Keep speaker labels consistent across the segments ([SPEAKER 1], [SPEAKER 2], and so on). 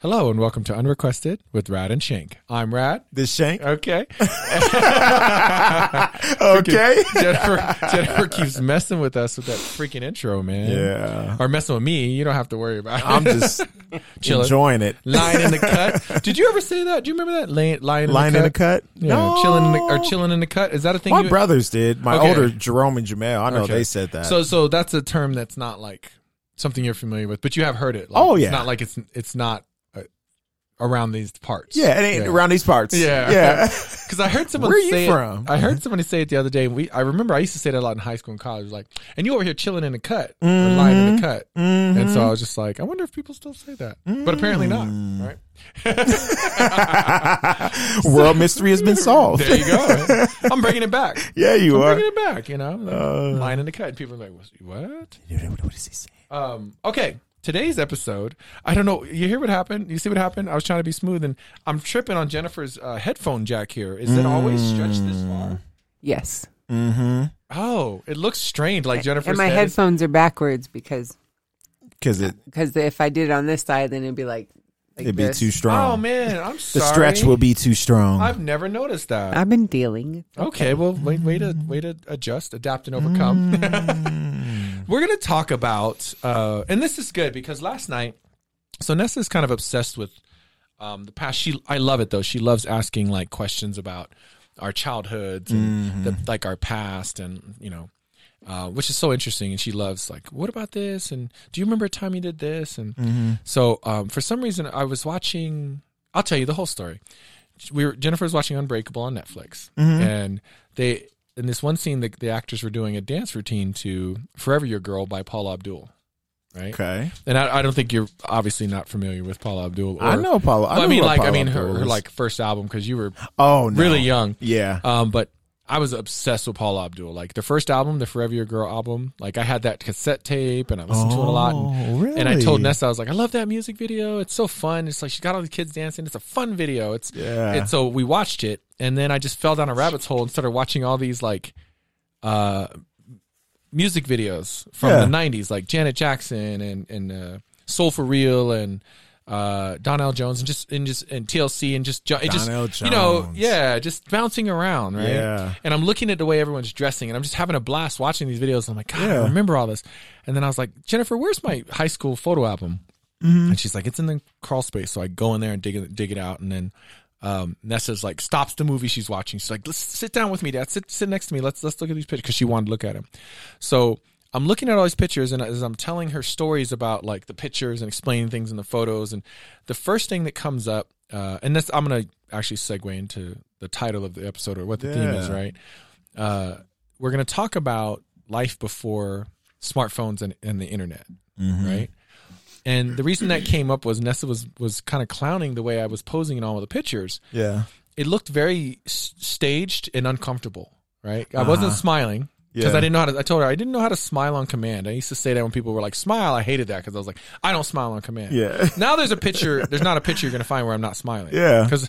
[SPEAKER 1] Hello and welcome to Unrequested with Rad and Shank. I'm Rad.
[SPEAKER 2] This shank.
[SPEAKER 1] Okay.
[SPEAKER 2] Okay.
[SPEAKER 1] Jennifer, Jennifer keeps messing with us with that freaking intro, man.
[SPEAKER 2] Yeah.
[SPEAKER 1] Or messing with me. You don't have to worry about it.
[SPEAKER 2] I'm just
[SPEAKER 1] Chilling.
[SPEAKER 2] enjoying it.
[SPEAKER 1] lying in the cut. Did you ever say that? Do you remember that? Lying, lying,
[SPEAKER 2] Lying in the cut.
[SPEAKER 1] Yeah, chilling in the, or chilling in the cut. Is that a thing?
[SPEAKER 2] My
[SPEAKER 1] you-
[SPEAKER 2] brothers did. My
[SPEAKER 1] Okay.
[SPEAKER 2] older Jerome and Jamel. I know
[SPEAKER 1] Okay.
[SPEAKER 2] they said that.
[SPEAKER 1] So, so that's a term that's not like something you're familiar with, but you have heard it. Like,
[SPEAKER 2] Oh, yeah.
[SPEAKER 1] It's not like it's it's not uh, around these parts.
[SPEAKER 2] yeah, it ain't
[SPEAKER 1] Yeah.
[SPEAKER 2] around these parts.
[SPEAKER 1] Yeah.
[SPEAKER 2] Yeah.
[SPEAKER 1] Because I heard someone
[SPEAKER 2] Where you
[SPEAKER 1] say it-
[SPEAKER 2] from?
[SPEAKER 1] I heard somebody say it the other day. and We I remember I used to say that a lot in high school and college. Like, and you over here chilling in the cut, or lying
[SPEAKER 2] Mm-hmm.
[SPEAKER 1] in the cut. And so I was just like, I wonder if people still say that, but apparently not.
[SPEAKER 2] Mm.
[SPEAKER 1] Right
[SPEAKER 2] World mystery has been solved.
[SPEAKER 1] there, you go. I'm bringing it back.
[SPEAKER 2] Yeah, you
[SPEAKER 1] I'm
[SPEAKER 2] are.
[SPEAKER 1] bringing it back. You know, like,
[SPEAKER 2] Uh.
[SPEAKER 1] lying in the cut. People are like, what?
[SPEAKER 2] What is he saying?
[SPEAKER 1] Um, okay, today's episode. I don't know. You hear what happened? You see what happened? I was trying to be smooth, and I'm tripping on Jennifer's uh, headphone jack here. Is it always stretched this
[SPEAKER 2] Mm.
[SPEAKER 1] far?
[SPEAKER 3] Yes.
[SPEAKER 1] Oh, it looks strained, like Jennifer's
[SPEAKER 3] and my
[SPEAKER 1] head. is-
[SPEAKER 3] headphones are backwards because
[SPEAKER 2] Because it
[SPEAKER 3] because if I did it on this side, then it'd be like, like
[SPEAKER 2] it'd be
[SPEAKER 3] this.
[SPEAKER 2] too
[SPEAKER 1] oh
[SPEAKER 2] strong.
[SPEAKER 1] man, I'm
[SPEAKER 2] the
[SPEAKER 1] sorry.
[SPEAKER 2] stretch will be too strong.
[SPEAKER 1] I've never noticed that.
[SPEAKER 3] I've been dealing.
[SPEAKER 1] okay, well, wait, way to way to adjust, adapt, and overcome.
[SPEAKER 2] Mm.
[SPEAKER 1] We're gonna talk about, uh, and this is good because last night, so Nessa is kind of obsessed with um, the past. She, I love it though. She loves asking like questions about our childhoods and
[SPEAKER 2] Mm-hmm.
[SPEAKER 1] the, like our past, and you know, uh, which is so interesting. And she loves like, what about this? And do you remember a time you did this? And
[SPEAKER 2] Mm-hmm.
[SPEAKER 1] so, um, for some reason, I was watching. I'll tell you the whole story. We were Jennifer was watching Unbreakable on Netflix,
[SPEAKER 2] Mm-hmm.
[SPEAKER 1] and they in this one scene the, the actors were doing a dance routine to "Forever Your Girl" by Paula Abdul, right?
[SPEAKER 2] okay.
[SPEAKER 1] And I, I don't think you're obviously not familiar with Paula Abdul. Or,
[SPEAKER 2] I know Paula. I,
[SPEAKER 1] Well, I,
[SPEAKER 2] know
[SPEAKER 1] mean,
[SPEAKER 2] what
[SPEAKER 1] like, I
[SPEAKER 2] Paula
[SPEAKER 1] mean, her,
[SPEAKER 2] Abdul
[SPEAKER 1] her
[SPEAKER 2] is.
[SPEAKER 1] like first album because you were
[SPEAKER 2] oh, no.
[SPEAKER 1] really young.
[SPEAKER 2] Yeah.
[SPEAKER 1] Um, but I was obsessed with Paula Abdul. Like the first album, the Forever Your Girl album. Like I had that cassette tape and I listened to it a lot. And,
[SPEAKER 2] Oh,
[SPEAKER 1] and I told
[SPEAKER 2] really?
[SPEAKER 1] Nessa, I was like, I love that music video. It's so fun. It's like she's got all the kids dancing. It's a fun video. It's
[SPEAKER 2] Yeah.
[SPEAKER 1] And so we watched it, and then I just fell down a rabbit's hole and started watching all these like, uh, music videos from
[SPEAKER 2] Yeah.
[SPEAKER 1] the '90s, like Janet Jackson and and uh, Soul for Real and. Uh, Donnell Jones and just and just and TLC and just ju- it just
[SPEAKER 2] Donnell
[SPEAKER 1] you know
[SPEAKER 2] Jones.
[SPEAKER 1] yeah yeah, just bouncing around, right?
[SPEAKER 2] Yeah.
[SPEAKER 1] And I'm looking at the way everyone's dressing, and I'm just having a blast watching these videos. I'm like, God, I
[SPEAKER 2] Yeah.
[SPEAKER 1] remember all this. And then I was like, Jennifer, where's my high school photo album? And she's like, It's in the crawl space. So I go in there and dig it, dig it out, and then. Um, Nessa's like stops the movie she's watching. She's like, "Let's sit down with me, Dad. Sit sit next to me. Let's let's look at these pictures." Because she wanted to look at them. So I'm looking at all these pictures, and as I'm telling her stories about like the pictures and explaining things in the photos, and the first thing that comes up, uh, and this I'm gonna actually segue into the title of the episode or what the theme is,
[SPEAKER 2] Yeah.
[SPEAKER 1] right? Uh, we're gonna talk about life before smartphones and, and the internet, right? And the reason that came up was Nessa was was kind of clowning the way I was posing in all of the pictures,
[SPEAKER 2] yeah.
[SPEAKER 1] it looked very s- staged and uncomfortable, right? I wasn't smiling because
[SPEAKER 2] Uh-huh. Yeah.
[SPEAKER 1] I didn't know how to. I told her I didn't know how to smile on command. I used to say that when people were like, "Smile," I hated that because I was like, "I don't smile on command."
[SPEAKER 2] Yeah.
[SPEAKER 1] Now there's a picture. there's not a picture you're gonna find where I'm not smiling.
[SPEAKER 2] Yeah.
[SPEAKER 1] Because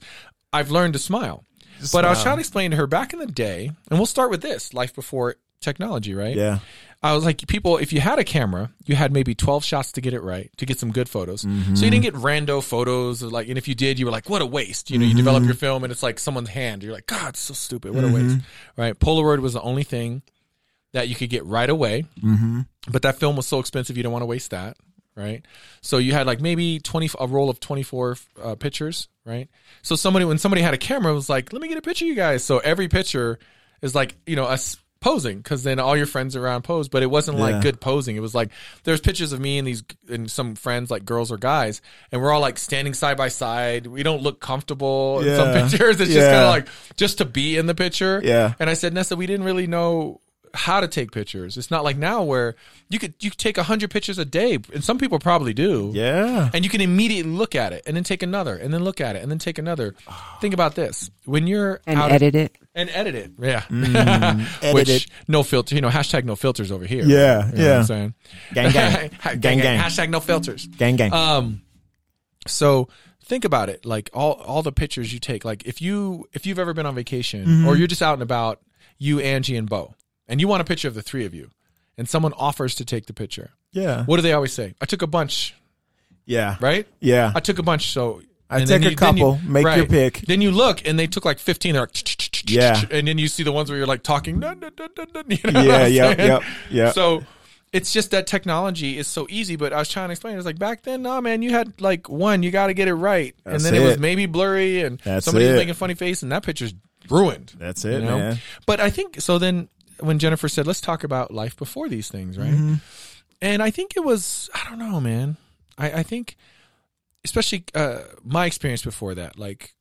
[SPEAKER 1] I've learned to smile. but I was trying to explain to her back in the day, and we'll start with this: life before technology, right?
[SPEAKER 2] Yeah.
[SPEAKER 1] I was like, people, if you had a camera, you had maybe 12 shots to get it right, to get some good photos. So you didn't get rando photos. Or like, and if you did, you were like, what a waste. You know, you develop your film and it's like someone's hand. You're like, God, it's so stupid. What a waste. Right. Polaroid was the only thing that you could get right away.
[SPEAKER 2] Mm-hmm.
[SPEAKER 1] But that film was so expensive, you don't want to waste that. Right. So you had like maybe 20, a roll of 24 uh, pictures. Right. So somebody, when somebody had a camera, it was like, let me get a picture of you guys. So every picture is like, you know, us posing because then all your friends around pose, but it wasn't like
[SPEAKER 2] Yeah.
[SPEAKER 1] good posing. It was like, there's pictures of me and these, and some friends, like girls or guys, and we're all like standing side by side. We don't look comfortable in
[SPEAKER 2] Yeah.
[SPEAKER 1] some pictures. It's just
[SPEAKER 2] Yeah.
[SPEAKER 1] kind of like, just to be in the picture.
[SPEAKER 2] Yeah.
[SPEAKER 1] And I said, Nessa, we didn't really know how to take pictures. It's not like now where you could you could take hundred pictures a day, and some people probably do.
[SPEAKER 2] Yeah.
[SPEAKER 1] And you can immediately look at it, and then take another, and then look at it, and then take another. Think about this: when you're
[SPEAKER 3] And
[SPEAKER 1] out
[SPEAKER 3] edit it.
[SPEAKER 1] and edit it, yeah,
[SPEAKER 2] Mm, edit
[SPEAKER 1] which
[SPEAKER 2] it.
[SPEAKER 1] no filter, you know, hashtag no filters over here. You know
[SPEAKER 2] Yeah,
[SPEAKER 1] what
[SPEAKER 2] yeah.
[SPEAKER 1] I'm saying?
[SPEAKER 2] Gang, gang. Gang, gang.
[SPEAKER 1] hashtag no filters.
[SPEAKER 2] Gang gang.
[SPEAKER 1] Um, so think about it. Like all all the pictures you take. Like if you if you've ever been on vacation or you're just out and about, you Angie and Bo, and you want a picture of the three of you, and someone offers to take the picture.
[SPEAKER 2] yeah.
[SPEAKER 1] What do they always say? I took a bunch.
[SPEAKER 2] Yeah.
[SPEAKER 1] right?
[SPEAKER 2] Yeah.
[SPEAKER 1] I took a bunch, so
[SPEAKER 2] I
[SPEAKER 1] and
[SPEAKER 2] took
[SPEAKER 1] then
[SPEAKER 2] a
[SPEAKER 1] then
[SPEAKER 2] couple. Make your pick.
[SPEAKER 1] Then you look, and they took like fifteen. They're like,
[SPEAKER 2] Yeah.
[SPEAKER 1] and then you see the ones where you're like talking. "Dun, dun, dun, dun, dun," you know what
[SPEAKER 2] Yeah,
[SPEAKER 1] I'm
[SPEAKER 2] yep,
[SPEAKER 1] saying?
[SPEAKER 2] yep, yep.
[SPEAKER 1] So it's just that technology is so easy. But I was trying to explain. It was like back then, nah, man, you had like one. You got to get it right, and
[SPEAKER 2] That's
[SPEAKER 1] then it. was
[SPEAKER 2] it.
[SPEAKER 1] maybe blurry, and
[SPEAKER 2] That's
[SPEAKER 1] somebody's
[SPEAKER 2] it.
[SPEAKER 1] making a funny face, and that picture's ruined.
[SPEAKER 2] That's it,
[SPEAKER 1] you know?
[SPEAKER 2] man.
[SPEAKER 1] But I think so. Then when Jennifer said, "Let's talk about life before these things," right?
[SPEAKER 2] Mm-hmm.
[SPEAKER 1] And I think it was I don't know, man. I, I think especially uh, my experience before that, like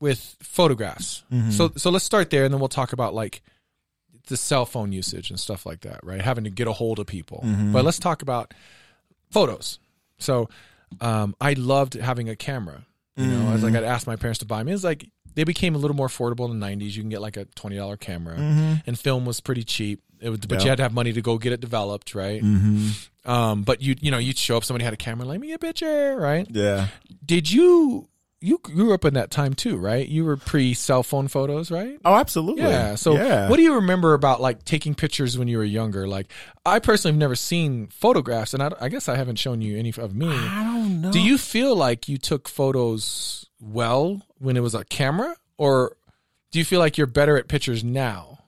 [SPEAKER 1] with photographs.
[SPEAKER 2] Mm-hmm.
[SPEAKER 1] So so let's start there, and then we'll talk about like the cell phone usage and stuff like that, right? Having to get a hold of people. But let's talk about photos. So um, I loved having a camera. You know, I was like, I'd ask my parents to buy me. It's like they became a little more affordable in the '90s. You can get like a twenty dollar camera, and film was pretty cheap. It was, but
[SPEAKER 2] Yeah.
[SPEAKER 1] you had to have money to go get it developed, right? Um, but you, you know, you'd show up. Somebody had a camera. Let me get a picture, right?
[SPEAKER 2] Yeah.
[SPEAKER 1] Did you? You grew up in that time too, right? You were pre cell phone photos, right?
[SPEAKER 2] Oh, absolutely.
[SPEAKER 1] Yeah. So,
[SPEAKER 2] yeah.
[SPEAKER 1] what do you remember about like taking pictures when you were younger? Like, I personally have never seen photographs, and I, I guess I haven't shown you any of me.
[SPEAKER 2] I don't know.
[SPEAKER 1] Do you feel like you took photos well when it was a camera, or do you feel like you're better at pictures now?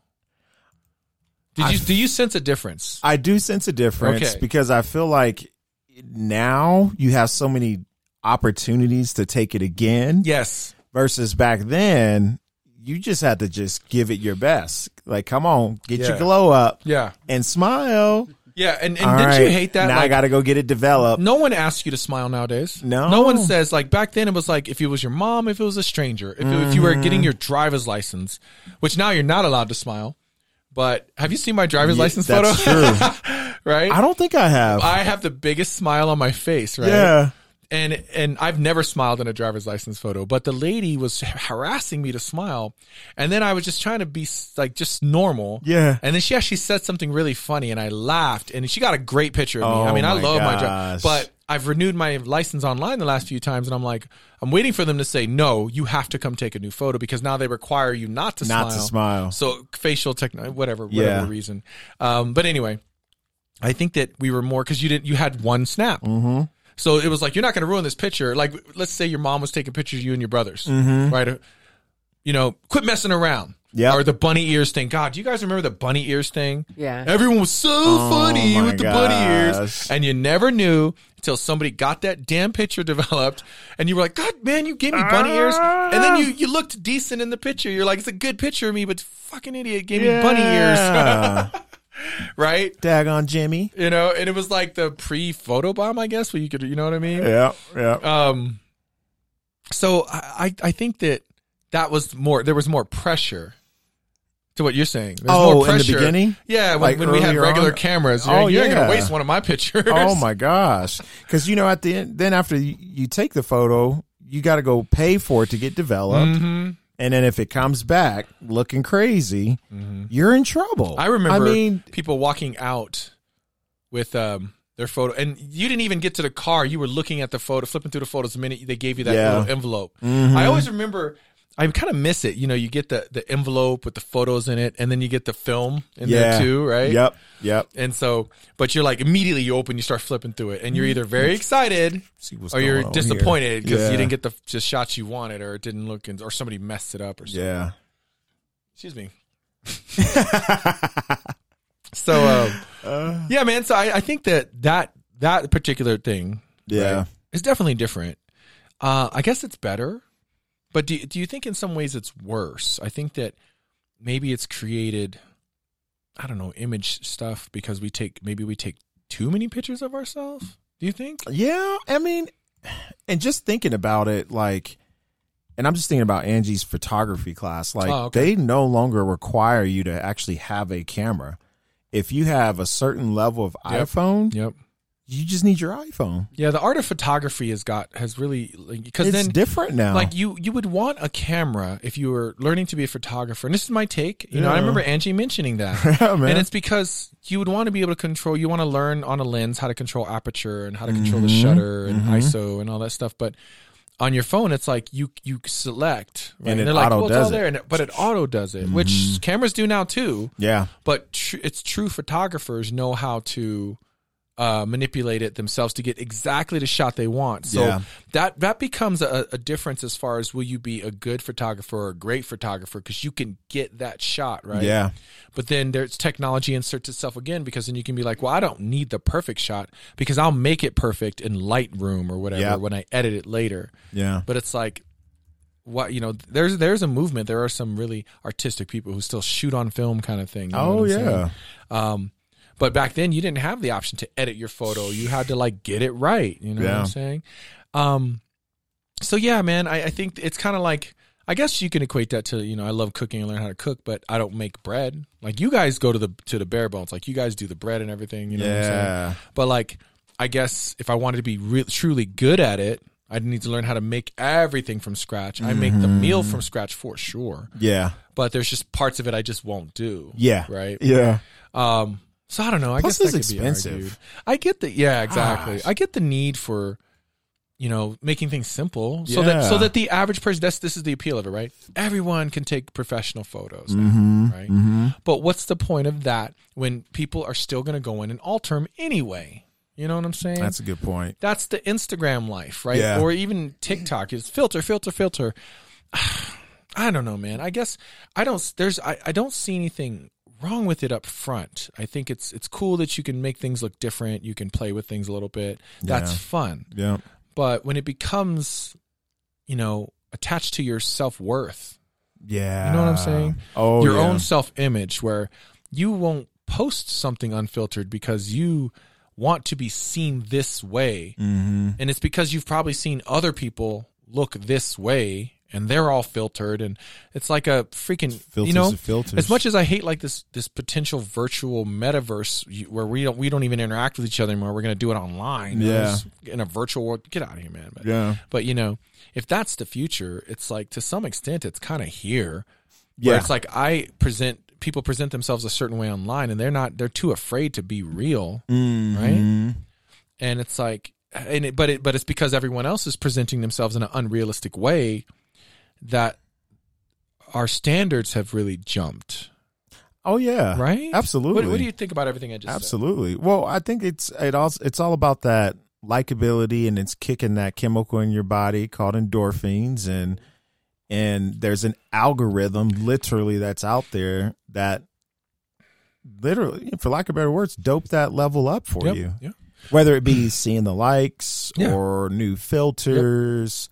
[SPEAKER 1] Did you do you sense a difference?
[SPEAKER 2] I do sense a difference
[SPEAKER 1] Okay.
[SPEAKER 2] because I feel like now you have so many opportunities to take it again
[SPEAKER 1] Yes.
[SPEAKER 2] versus back then you just had to just give it your best. Like, come on, get your
[SPEAKER 1] Yeah.
[SPEAKER 2] glow up
[SPEAKER 1] Yeah.
[SPEAKER 2] and smile.
[SPEAKER 1] Yeah. And, and
[SPEAKER 2] All
[SPEAKER 1] didn't you
[SPEAKER 2] right,
[SPEAKER 1] hate that?
[SPEAKER 2] Now I
[SPEAKER 1] like,
[SPEAKER 2] got to go get it developed.
[SPEAKER 1] no one asks you to smile nowadays.
[SPEAKER 2] No.
[SPEAKER 1] No one says like back then it was like if it was your mom, if it was a stranger, if, if you
[SPEAKER 2] Mm-hmm.
[SPEAKER 1] were getting your driver's license, which now you're not allowed to smile. But have you seen my driver's
[SPEAKER 2] Yeah,
[SPEAKER 1] license
[SPEAKER 2] that's
[SPEAKER 1] photo?
[SPEAKER 2] true.
[SPEAKER 1] right.
[SPEAKER 2] I don't think I have.
[SPEAKER 1] I have the biggest smile on my face, right?
[SPEAKER 2] Yeah.
[SPEAKER 1] and and I've never smiled in a driver's license photo, but the lady was harassing me to smile, and then I was just trying to be like just normal.
[SPEAKER 2] Yeah.
[SPEAKER 1] And then she actually said something really funny, and I laughed, and she got a great picture of me.
[SPEAKER 2] Oh
[SPEAKER 1] I mean, I
[SPEAKER 2] my
[SPEAKER 1] love my
[SPEAKER 2] gosh.
[SPEAKER 1] job, but I've renewed my license online the last few times, and I'm like, I'm waiting for them to say no, you have to come take a new photo because now they require you not to
[SPEAKER 2] Not
[SPEAKER 1] smile.
[SPEAKER 2] to smile.
[SPEAKER 1] So facial techno, whatever,
[SPEAKER 2] Yeah.
[SPEAKER 1] whatever reason. Um, but anyway, I think that we were more because you didn't. You had one snap. Mm-hmm. So it was like you're not going to ruin this picture. Like let's say your mom was taking pictures of you and your brothers, right? You know, quit messing around.
[SPEAKER 2] Mm-hmm. Yeah.
[SPEAKER 1] Or the bunny ears thing. God, do you guys remember the bunny ears thing?
[SPEAKER 3] Yeah.
[SPEAKER 1] Everyone was so funny
[SPEAKER 2] Oh my
[SPEAKER 1] with the bunny
[SPEAKER 2] gosh.
[SPEAKER 1] ears, and you never knew until somebody got that damn picture developed, and you were like, "God, man, you gave me bunny ears," and then you you looked decent in the picture. You're like, "It's a good picture of me," but fucking idiot gave me bunny ears, right?
[SPEAKER 2] Daggone Jimmy.
[SPEAKER 1] You know, and it was like the pre photo bomb, I guess, where you could, you know what I mean?
[SPEAKER 2] Yeah, yeah.
[SPEAKER 1] Um, so I, I I think that that was more. There was more pressure to what you're saying. There's
[SPEAKER 2] Oh,
[SPEAKER 1] more
[SPEAKER 2] in the
[SPEAKER 1] pressure.
[SPEAKER 2] beginning?
[SPEAKER 1] yeah. When,
[SPEAKER 2] Like
[SPEAKER 1] when we had
[SPEAKER 2] earlier
[SPEAKER 1] regular
[SPEAKER 2] on?
[SPEAKER 1] cameras, you're,
[SPEAKER 2] Oh,
[SPEAKER 1] oh, you're not
[SPEAKER 2] yeah.
[SPEAKER 1] gonna waste one of my pictures.
[SPEAKER 2] Oh my gosh! Because you know, at the end, then after you, you take the photo, you got to go pay for it to get developed,
[SPEAKER 1] Mm-hmm.
[SPEAKER 2] and then if it comes back looking crazy, you're in trouble.
[SPEAKER 1] Mm-hmm. I remember
[SPEAKER 2] I mean,
[SPEAKER 1] people walking out with um their photo, and you didn't even get to the car. You were looking at the photo, flipping through the photos the minute they gave you that
[SPEAKER 2] Yeah. Mm-hmm.
[SPEAKER 1] little envelope. I always remember. I kind of miss it. You know, you get the, the envelope with the photos in it, and then you get the film in
[SPEAKER 2] yeah,
[SPEAKER 1] there too, right?
[SPEAKER 2] Yep, yep.
[SPEAKER 1] And so, but you're like immediately you open, you start flipping through it, and you're either very excited
[SPEAKER 2] See Mm-hmm. what's
[SPEAKER 1] or Oh, you're
[SPEAKER 2] going on
[SPEAKER 1] disappointed
[SPEAKER 2] here.
[SPEAKER 1] because
[SPEAKER 2] Yeah.
[SPEAKER 1] you didn't get the just shots you wanted, or it didn't look, and, or somebody messed it up, or something.
[SPEAKER 2] Yeah,
[SPEAKER 1] excuse me. so, um,
[SPEAKER 2] Uh.
[SPEAKER 1] yeah, man. So I, I think that that that particular thing,
[SPEAKER 2] Yeah.
[SPEAKER 1] right, is definitely different. Uh, I guess it's better, but do do you think in some ways it's worse? I think that maybe it's created, I don't know, image stuff because we take maybe we take too many pictures of ourselves. Do you think?
[SPEAKER 2] yeah. I mean, and just thinking about it, like, and I'm just thinking about Angie's photography class. Like,
[SPEAKER 1] Oh, okay.
[SPEAKER 2] they no longer require you to actually have a camera. If you have a certain level of
[SPEAKER 1] Yep.
[SPEAKER 2] iPhone,
[SPEAKER 1] Yep.
[SPEAKER 2] you just need your iPhone.
[SPEAKER 1] Yeah, the art of photography has got has really because
[SPEAKER 2] It's
[SPEAKER 1] then
[SPEAKER 2] different now.
[SPEAKER 1] Like you, you would want a camera if you were learning to be a photographer. And this is my take. You know, I
[SPEAKER 2] Yeah.
[SPEAKER 1] remember Angie mentioning that,
[SPEAKER 2] Yeah, man.
[SPEAKER 1] and it's because you would want to be able to control. You want to learn on a lens how to control aperture and how to control
[SPEAKER 2] Mm-hmm.
[SPEAKER 1] the shutter and ISO and all that stuff. But on your phone, it's like you you select, right?
[SPEAKER 2] And it
[SPEAKER 1] they're like,
[SPEAKER 2] auto
[SPEAKER 1] well, it's all
[SPEAKER 2] does it. Mm-hmm.
[SPEAKER 1] there, and it- but it auto does it, which cameras do now too.
[SPEAKER 2] yeah,
[SPEAKER 1] But tr- it's true photographers know how to uh, manipulate it themselves to get exactly the shot they want. So
[SPEAKER 2] Yeah.
[SPEAKER 1] that that becomes a, a difference as far as will you be a good photographer or a great photographer because you can get that shot right.
[SPEAKER 2] Yeah.
[SPEAKER 1] But then there's technology inserts itself again because then you can be like, well, I don't need the perfect shot because I'll make it perfect in Lightroom or whatever
[SPEAKER 2] Yeah.
[SPEAKER 1] when I edit it later.
[SPEAKER 2] Yeah.
[SPEAKER 1] But it's like what you know there's there's a movement there are some really artistic people who still shoot on film kind of thing you know
[SPEAKER 2] Oh
[SPEAKER 1] what I'm saying?
[SPEAKER 2] yeah.
[SPEAKER 1] um but back then you didn't have the option to edit your photo you had to like get it right you know what
[SPEAKER 2] Yeah.
[SPEAKER 1] i'm saying um so yeah man i, I think it's kind of like i guess you can equate that to you know i love cooking and learn how to cook but i don't make bread like you guys go to the to the bare bones like you guys do the bread and everything you know what i'm saying
[SPEAKER 2] Yeah.
[SPEAKER 1] but like, I guess if I wanted to be real truly good at it, I'd need to learn how to make everything from scratch. I make the meal from scratch for sure,
[SPEAKER 2] Yeah.
[SPEAKER 1] but there's just parts of it I just won't do.
[SPEAKER 2] Yeah.
[SPEAKER 1] Right.
[SPEAKER 2] Yeah.
[SPEAKER 1] Um. So I don't know. I
[SPEAKER 2] Plus
[SPEAKER 1] guess that
[SPEAKER 2] it's
[SPEAKER 1] could
[SPEAKER 2] expensive. Ah.
[SPEAKER 1] Be argued. I get the yeah exactly.
[SPEAKER 2] Gosh.
[SPEAKER 1] I get the need for. You know, making things simple so that
[SPEAKER 2] Yeah.
[SPEAKER 1] so that the average person that's this is the appeal of it, right? Everyone can take professional photos, now,
[SPEAKER 2] Mm-hmm.
[SPEAKER 1] right? But what's the point of that when people are still going to go in and alter them anyway? You know what I'm saying?
[SPEAKER 2] That's a good point.
[SPEAKER 1] that's the Instagram life, right?
[SPEAKER 2] Yeah.
[SPEAKER 1] Or even TikTok is filter, filter, filter. I don't know, man. I guess I don't. There's I, I don't see anything wrong with it up front. I think it's it's cool that you can make things look different. You can play with things a little bit. That's
[SPEAKER 2] Yeah.
[SPEAKER 1] fun.
[SPEAKER 2] Yeah.
[SPEAKER 1] But when it becomes, you know, attached to your self worth,
[SPEAKER 2] Yeah.
[SPEAKER 1] you know what I'm saying?
[SPEAKER 2] Oh,
[SPEAKER 1] your
[SPEAKER 2] yeah.
[SPEAKER 1] own self image, where you won't post something unfiltered because you want to be seen this way
[SPEAKER 2] Mm-hmm.
[SPEAKER 1] and it's because you've probably seen other people look this way and they're all filtered and it's like a freaking
[SPEAKER 2] Filters
[SPEAKER 1] you know
[SPEAKER 2] and filters.
[SPEAKER 1] as much as i hate like this this potential virtual metaverse you- where we don't we don't even interact with each other anymore we're going to do it online you know,
[SPEAKER 2] Yeah.
[SPEAKER 1] it's in a virtual world get out of here man but,
[SPEAKER 2] Yeah.
[SPEAKER 1] but you know if that's the future it's like to some extent it's kind of here where
[SPEAKER 2] Yeah.
[SPEAKER 1] it's like i present people present themselves a certain way online and they're not they're too afraid to be real
[SPEAKER 2] Mhm.
[SPEAKER 1] and it's like and it, but it but it's because everyone else is presenting themselves in an unrealistic way that our standards have really jumped
[SPEAKER 2] Oh yeah.
[SPEAKER 1] right
[SPEAKER 2] Absolutely.
[SPEAKER 1] what, what do you think about everything i just said
[SPEAKER 2] Absolutely. Well, I think it's it also it's all about that likability and it's kicking that chemical in your body called endorphins and and there's an algorithm literally that's out there that literally for lack of better words dope that level up for
[SPEAKER 1] Yep,
[SPEAKER 2] you
[SPEAKER 1] yeah.
[SPEAKER 2] whether it be seeing the likes
[SPEAKER 1] Yeah.
[SPEAKER 2] or new filters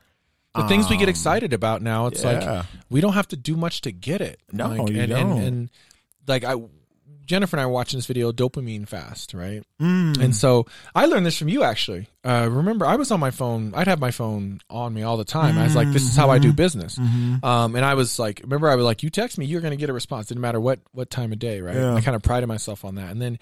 [SPEAKER 1] the things we get
[SPEAKER 2] Um,
[SPEAKER 1] excited about now it's
[SPEAKER 2] yeah.
[SPEAKER 1] like we don't have to do much to get it
[SPEAKER 2] No,
[SPEAKER 1] like,
[SPEAKER 2] you
[SPEAKER 1] and,
[SPEAKER 2] don't.
[SPEAKER 1] And, and like i jennifer and i were watching this video dopamine fast right
[SPEAKER 2] Mm.
[SPEAKER 1] And so I learned this from you actually. Uh, remember, I was on my phone. I'd have my phone on me all the time. I was like, "This is how I
[SPEAKER 2] Mm-hmm.
[SPEAKER 1] do business." Um, and I was like, "Remember, I was like, you text me, you're going to get a response. Didn't matter what what time of day, right?"
[SPEAKER 2] Yeah.
[SPEAKER 1] I kind of prided myself on that. And then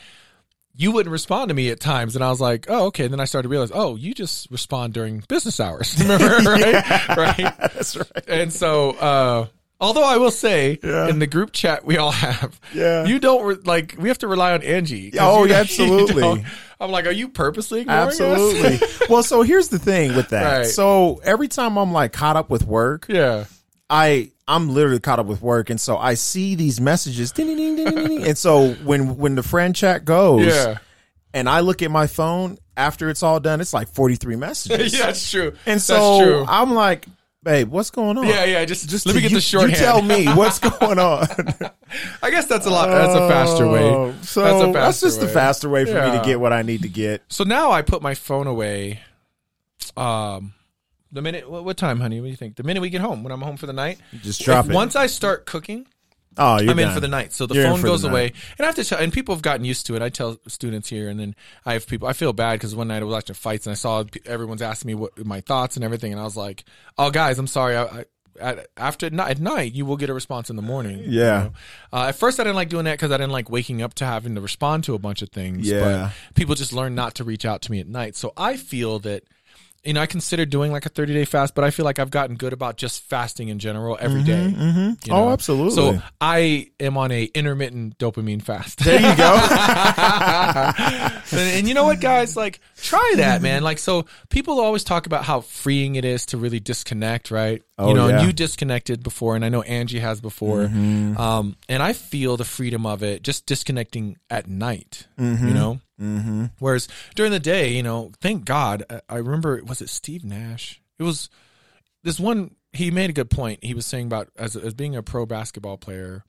[SPEAKER 1] you wouldn't respond to me at times, and I was like, "Oh, okay." And then I started to realize, "Oh, you just respond during business hours." Remember, right? Right
[SPEAKER 2] that's right
[SPEAKER 1] and so uh although i will say
[SPEAKER 2] Yeah.
[SPEAKER 1] in the group chat we all have
[SPEAKER 2] Yeah.
[SPEAKER 1] you don't re- like we have to rely on angie 'cause
[SPEAKER 2] Oh,
[SPEAKER 1] you- you
[SPEAKER 2] absolutely.
[SPEAKER 1] don't- i'm like are you purposely ignoring us?
[SPEAKER 2] absolutely well so here's the thing with that
[SPEAKER 1] Right.
[SPEAKER 2] so every time i'm like caught up with work
[SPEAKER 1] yeah
[SPEAKER 2] I I'm literally caught up with work, and so I see these messages, ding, ding, ding, ding, ding, ding. and so when when the friend chat goes,
[SPEAKER 1] yeah
[SPEAKER 2] and I look at my phone after it's all done, it's like 43 messages,
[SPEAKER 1] yeah that's true
[SPEAKER 2] and
[SPEAKER 1] that's
[SPEAKER 2] so
[SPEAKER 1] true
[SPEAKER 2] I'm like, babe, what's going on?
[SPEAKER 1] yeah yeah just just let me get
[SPEAKER 2] you,
[SPEAKER 1] the shorthand
[SPEAKER 2] You tell me what's going on.
[SPEAKER 1] i guess that's a lot that's a faster way
[SPEAKER 2] Oh, So
[SPEAKER 1] That's
[SPEAKER 2] that's,
[SPEAKER 1] a faster
[SPEAKER 2] just
[SPEAKER 1] way.
[SPEAKER 2] the faster way for me
[SPEAKER 1] Yeah.
[SPEAKER 2] to get what I need to get.
[SPEAKER 1] so now i put my phone away um the minute what, what time honey what do you think the minute we get home when i'm home for the night
[SPEAKER 2] Just drop
[SPEAKER 1] If
[SPEAKER 2] it.
[SPEAKER 1] once i start cooking
[SPEAKER 2] oh, you're
[SPEAKER 1] I'm in
[SPEAKER 2] done.
[SPEAKER 1] for the night. So the
[SPEAKER 2] You're in
[SPEAKER 1] phone
[SPEAKER 2] for the
[SPEAKER 1] goes
[SPEAKER 2] night.
[SPEAKER 1] away, and I have to tell. And people have gotten used to it. I tell students here, and then I have people. I feel bad because one night I was watching fights, and I saw p- everyone's asking me what my thoughts and everything, and I was like, "Oh, guys, I'm sorry. I, I at, after at night, at night, you will get a response in the morning." you
[SPEAKER 2] Yeah.
[SPEAKER 1] know? Uh, at first, I didn't like doing that because I didn't like waking up to having to respond to a bunch of things.
[SPEAKER 2] Yeah.
[SPEAKER 1] But people just learn not to reach out to me at night. So I feel that. You know, I consider doing like a 30 day fast, but I feel like I've gotten good about just fasting in general every day. you
[SPEAKER 2] Oh,
[SPEAKER 1] know?
[SPEAKER 2] absolutely.
[SPEAKER 1] So I am on a intermittent dopamine fast.
[SPEAKER 2] there you go.
[SPEAKER 1] and, and you know what, guys? Like, try that,
[SPEAKER 2] Mm-hmm.
[SPEAKER 1] man. Like, so people always talk about how freeing it is to really disconnect, right?
[SPEAKER 2] Oh,
[SPEAKER 1] you know,
[SPEAKER 2] yeah. Mm-hmm.
[SPEAKER 1] and you disconnected before, and I know Angie has before.
[SPEAKER 2] Mm-hmm.
[SPEAKER 1] Um, and I feel the freedom of it just disconnecting at night, you know? Whereas during the day, you know, thank God, I- I remember, was it Steve Nash? It was this one. He made a good point. He was saying about as, as being a pro basketball player,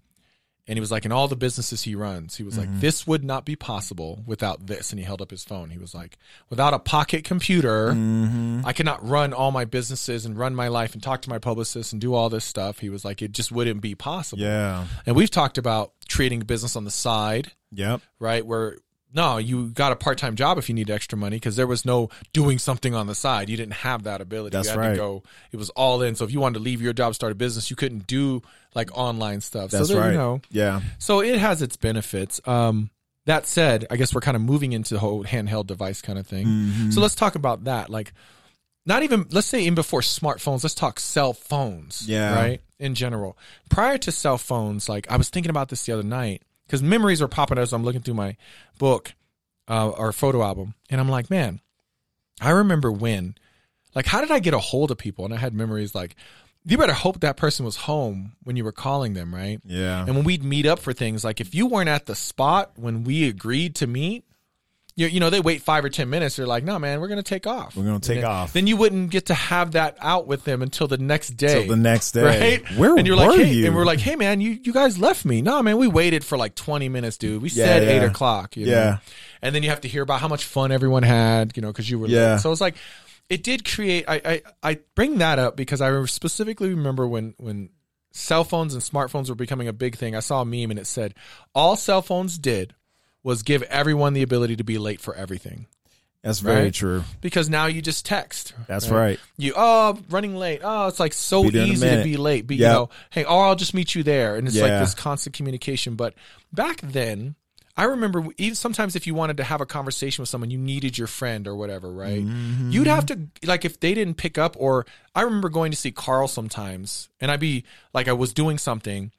[SPEAKER 1] and he was like, in all the businesses he runs, he was like, this would not be possible without this. And he held up his phone. He was like, without a pocket computer, I cannot run all my businesses and run my life and talk to my publicist and do all this stuff. He was like, it just wouldn't be possible.
[SPEAKER 2] Yeah.
[SPEAKER 1] And we've talked about creating a business on the side
[SPEAKER 2] Yep.
[SPEAKER 1] right? Where no, you got a part time job if you need extra money because there was no doing something on the side. You didn't have that ability.
[SPEAKER 2] That's
[SPEAKER 1] you had
[SPEAKER 2] right.
[SPEAKER 1] to go. It was all in. So if you wanted to leave your job, start a business, you couldn't do like online stuff.
[SPEAKER 2] That's
[SPEAKER 1] so there,
[SPEAKER 2] right.
[SPEAKER 1] You know,
[SPEAKER 2] Yeah.
[SPEAKER 1] so it has its benefits. Um, that said, I guess we're kind of moving into the whole handheld device kind of thing. So let's talk about that. Like, not even let's say even before smartphones, let's talk cell phones.
[SPEAKER 2] Yeah.
[SPEAKER 1] right. In general, prior to cell phones, like I was thinking about this the other night because memories were popping up as I'm looking through my book uh, or photo album, and I'm like, man, I remember when. Like, how did I get a hold of people? And I had memories like, you better hope that person was home when you were calling them, right?
[SPEAKER 2] Yeah.
[SPEAKER 1] And when we'd meet up for things, like if you weren't at the spot when we agreed to meet, you, you know, they wait five or 10 minutes. They're like, no, man, we're going to take off.
[SPEAKER 2] We're gonna
[SPEAKER 1] And
[SPEAKER 2] take
[SPEAKER 1] then-
[SPEAKER 2] off.
[SPEAKER 1] Then you wouldn't get to have that out with them until the next day.
[SPEAKER 2] Till the next day.
[SPEAKER 1] Right?
[SPEAKER 2] Where
[SPEAKER 1] and you're
[SPEAKER 2] were
[SPEAKER 1] like, hey,
[SPEAKER 2] you?
[SPEAKER 1] And we're like, hey, man, you, you guys left me. No, man, we waited for like 20 minutes, dude. We said
[SPEAKER 2] yeah.
[SPEAKER 1] 8 o'clock. you know?
[SPEAKER 2] Yeah.
[SPEAKER 1] And then you have to hear about how much fun everyone had, you know, because you were
[SPEAKER 2] Yeah.
[SPEAKER 1] late. So it's like, it did create. I, I I bring that up because I remember- specifically remember when when cell phones and smartphones were becoming a big thing. I saw a meme and it said, "All cell phones did was give everyone the ability to be late for everything."
[SPEAKER 2] That's very
[SPEAKER 1] Right?
[SPEAKER 2] true.
[SPEAKER 1] Because now you just text.
[SPEAKER 2] That's right.
[SPEAKER 1] You oh running late. Oh, it's like so
[SPEAKER 2] Be there in a
[SPEAKER 1] easy to
[SPEAKER 2] minute.
[SPEAKER 1] be late. But
[SPEAKER 2] Yep.
[SPEAKER 1] you know, hey, or I'll just meet you there, and it's like
[SPEAKER 2] Yeah.
[SPEAKER 1] this constant communication. But back then, I remember even sometimes if you wanted to have a conversation with someone, you needed your friend or whatever, right?
[SPEAKER 2] Mm-hmm.
[SPEAKER 1] You'd have to like if they didn't pick up, or I remember going to see Carl sometimes, and I'd be like I was doing something.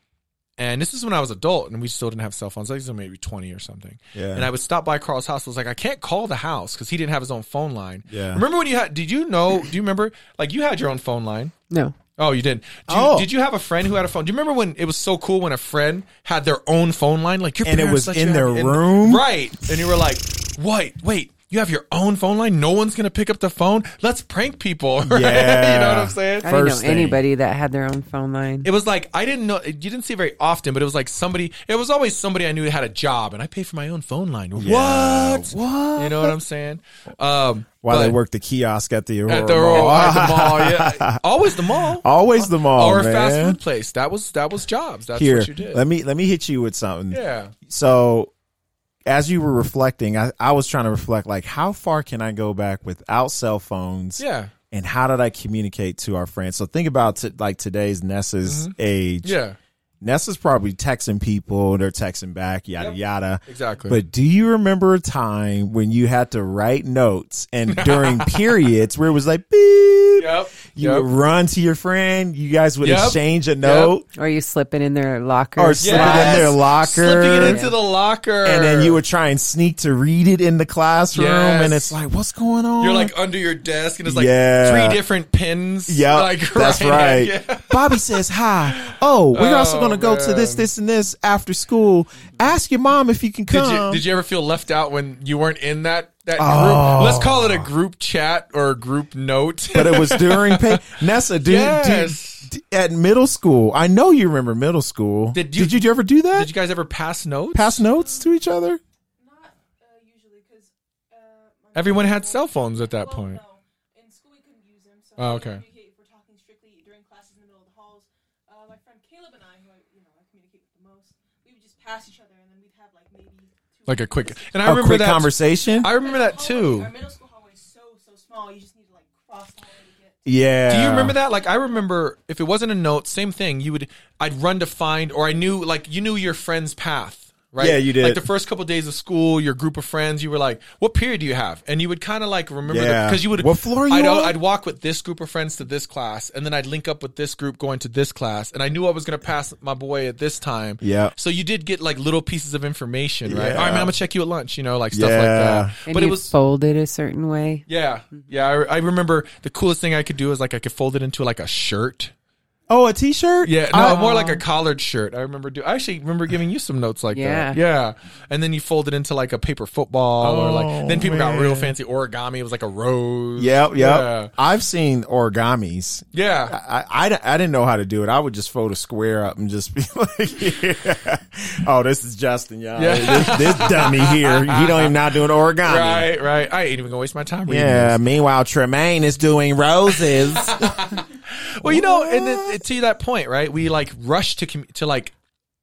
[SPEAKER 1] And this is when I was adult, and we still didn't have cell phones. I think it was maybe twenty or something.
[SPEAKER 2] Yeah.
[SPEAKER 1] And I would stop by Carl's house. I was like, I can't call the house because he didn't have his own phone line.
[SPEAKER 2] Yeah.
[SPEAKER 1] Remember when you had? Did you know? Do you remember? Like you had your own phone line.
[SPEAKER 3] No.
[SPEAKER 1] Oh, you didn't. Do you,
[SPEAKER 2] Oh.
[SPEAKER 1] Did you have a friend who had a phone? Do you remember when it was so cool when a friend had their own phone line? Like your
[SPEAKER 2] And it
[SPEAKER 1] parents
[SPEAKER 2] was
[SPEAKER 1] let
[SPEAKER 2] in
[SPEAKER 1] you
[SPEAKER 2] their
[SPEAKER 1] have-
[SPEAKER 2] room?
[SPEAKER 1] right? And you were like, "What? Wait, you have your own phone line? No one's gonna pick up the phone. Let's prank people." Right? you know what
[SPEAKER 2] Yeah.
[SPEAKER 1] I'm saying?
[SPEAKER 3] I didn't know
[SPEAKER 2] First thing.
[SPEAKER 3] anybody that had their own phone line.
[SPEAKER 1] it was like I didn't know you didn't see it very often, but it was like somebody. It was always somebody I knew had a job, and I paid for my own phone line. What?
[SPEAKER 2] What?
[SPEAKER 1] You know what I'm saying? Um,
[SPEAKER 2] While they
[SPEAKER 1] but-
[SPEAKER 2] work the kiosk at the Aurora
[SPEAKER 1] at the,
[SPEAKER 2] Mall.
[SPEAKER 1] at the mall, yeah, always the mall,
[SPEAKER 2] Always the mall,
[SPEAKER 1] or a
[SPEAKER 2] man.
[SPEAKER 1] fast food place. That was that was jobs. That's
[SPEAKER 2] Here,
[SPEAKER 1] what you did.
[SPEAKER 2] let me let me hit you with something.
[SPEAKER 1] yeah,
[SPEAKER 2] So, as you were reflecting, I, I was trying to reflect like how far can I go back without cell phones?
[SPEAKER 1] yeah,
[SPEAKER 2] And how did I communicate to our friends? So think about t- like today's Nessa's age.
[SPEAKER 1] Mm-hmm. yeah,
[SPEAKER 2] Nessa's probably texting people, they're texting back, yada
[SPEAKER 1] Yep.
[SPEAKER 2] yada.
[SPEAKER 1] exactly.
[SPEAKER 2] But do you remember a time when you had to write notes and during periods where it was like beep?
[SPEAKER 1] yep,
[SPEAKER 2] You
[SPEAKER 1] yep.
[SPEAKER 2] would run to your friend, you guys would
[SPEAKER 1] Yep.
[SPEAKER 2] exchange a note
[SPEAKER 3] Or you slip it in their locker.
[SPEAKER 2] or slip it in their
[SPEAKER 1] slipping it
[SPEAKER 2] locker.
[SPEAKER 1] into the locker,
[SPEAKER 2] And then you would try and sneak to read it in the classroom
[SPEAKER 1] Yes.
[SPEAKER 2] and it's like, What's going on?
[SPEAKER 1] You're like under your desk, and it's like
[SPEAKER 2] Yeah.
[SPEAKER 1] three different pins.
[SPEAKER 2] Yeah,
[SPEAKER 1] like,
[SPEAKER 2] that's right.
[SPEAKER 1] Yeah.
[SPEAKER 2] Bobby says hi. Oh, we're also
[SPEAKER 1] Oh,
[SPEAKER 2] going to go to
[SPEAKER 1] man.
[SPEAKER 2] this, this, and this after school. Ask your mom if you can
[SPEAKER 1] Did
[SPEAKER 2] come.
[SPEAKER 1] you, did you ever feel left out when you weren't in that that
[SPEAKER 2] Oh.
[SPEAKER 1] group? Let's call it a group chat or a group note.
[SPEAKER 2] but it was during pay- Nessa. Do,
[SPEAKER 1] Yes.
[SPEAKER 2] do, at middle school, I know you remember middle school.
[SPEAKER 1] Did you-
[SPEAKER 2] did you ever do that?
[SPEAKER 1] Did you guys ever pass notes?
[SPEAKER 2] pass notes to each other?
[SPEAKER 4] Not uh, usually, because uh, my
[SPEAKER 1] Everyone had
[SPEAKER 4] mom-
[SPEAKER 1] cell phones at that point.
[SPEAKER 4] No. In school, we couldn't use them. So
[SPEAKER 1] Oh,
[SPEAKER 4] we
[SPEAKER 1] okay.
[SPEAKER 4] communicate if we're talking strictly during classes in the middle of the halls. Uh, my friend Caleb and I, who I, you know, I communicate with the most, we would just pass each other, and then we'd have like maybe two
[SPEAKER 1] Like a quick,
[SPEAKER 4] conversations.
[SPEAKER 1] and I
[SPEAKER 2] A
[SPEAKER 1] remember
[SPEAKER 2] quick
[SPEAKER 1] that.
[SPEAKER 2] conversation.
[SPEAKER 1] I remember that
[SPEAKER 4] Hallway-
[SPEAKER 1] too.
[SPEAKER 4] Our middle school hallway is so so small. You just need to like cross the hallway to get.
[SPEAKER 2] yeah.
[SPEAKER 1] Do you remember that? Like I remember if it wasn't a note, same thing. You would I'd run to find or I knew like you knew your friend's path. Right?
[SPEAKER 2] Yeah, you did.
[SPEAKER 1] Like the first couple days of school, your group of friends, you were like, "What period do you have?" And you would kind of like remember
[SPEAKER 2] Yeah.
[SPEAKER 1] because you would.
[SPEAKER 2] What floor are you
[SPEAKER 1] I'd,
[SPEAKER 2] on?
[SPEAKER 1] I'd walk with this group of friends to this class, and then I'd link up with this group going to this class, and I knew I was going to pass my boy at this time.
[SPEAKER 2] Yeah.
[SPEAKER 1] So you did get like little pieces of information, right?
[SPEAKER 2] Yeah.
[SPEAKER 1] All right, man, I'm gonna check you at lunch, you know, like stuff
[SPEAKER 2] Yeah.
[SPEAKER 1] like that.
[SPEAKER 3] and
[SPEAKER 1] but
[SPEAKER 3] you
[SPEAKER 1] it was
[SPEAKER 3] fold it a certain way.
[SPEAKER 2] Mm-hmm.
[SPEAKER 1] yeah, yeah. I, I remember the coolest thing I could do is like I could fold it into like a shirt,
[SPEAKER 2] Oh, a T-shirt?
[SPEAKER 1] Yeah, no,
[SPEAKER 2] I-
[SPEAKER 1] more like a collared shirt. I remember do. I actually remember giving you some notes like that.
[SPEAKER 3] Yeah.
[SPEAKER 1] Yeah, and then you fold it into like a paper football, or like
[SPEAKER 2] Oh,
[SPEAKER 1] then people got real
[SPEAKER 2] man.
[SPEAKER 1] fancy origami. It was like a rose.
[SPEAKER 2] Yep, yep.
[SPEAKER 1] Yeah.
[SPEAKER 2] I've seen origamis.
[SPEAKER 1] yeah.
[SPEAKER 2] I, I, I didn't know how to do it. I would just fold a square up and just be like, yeah. "Oh, this is Justin, y'all.
[SPEAKER 1] Yeah.
[SPEAKER 2] This, this dummy here. He don't even know how to do an origami."
[SPEAKER 1] Right, right. I ain't even gonna waste my time. Reading
[SPEAKER 2] Yeah. Meanwhile, Tremaine is doing roses.
[SPEAKER 1] This. Well, you know, and then, to that point, right? We like rush to com- to like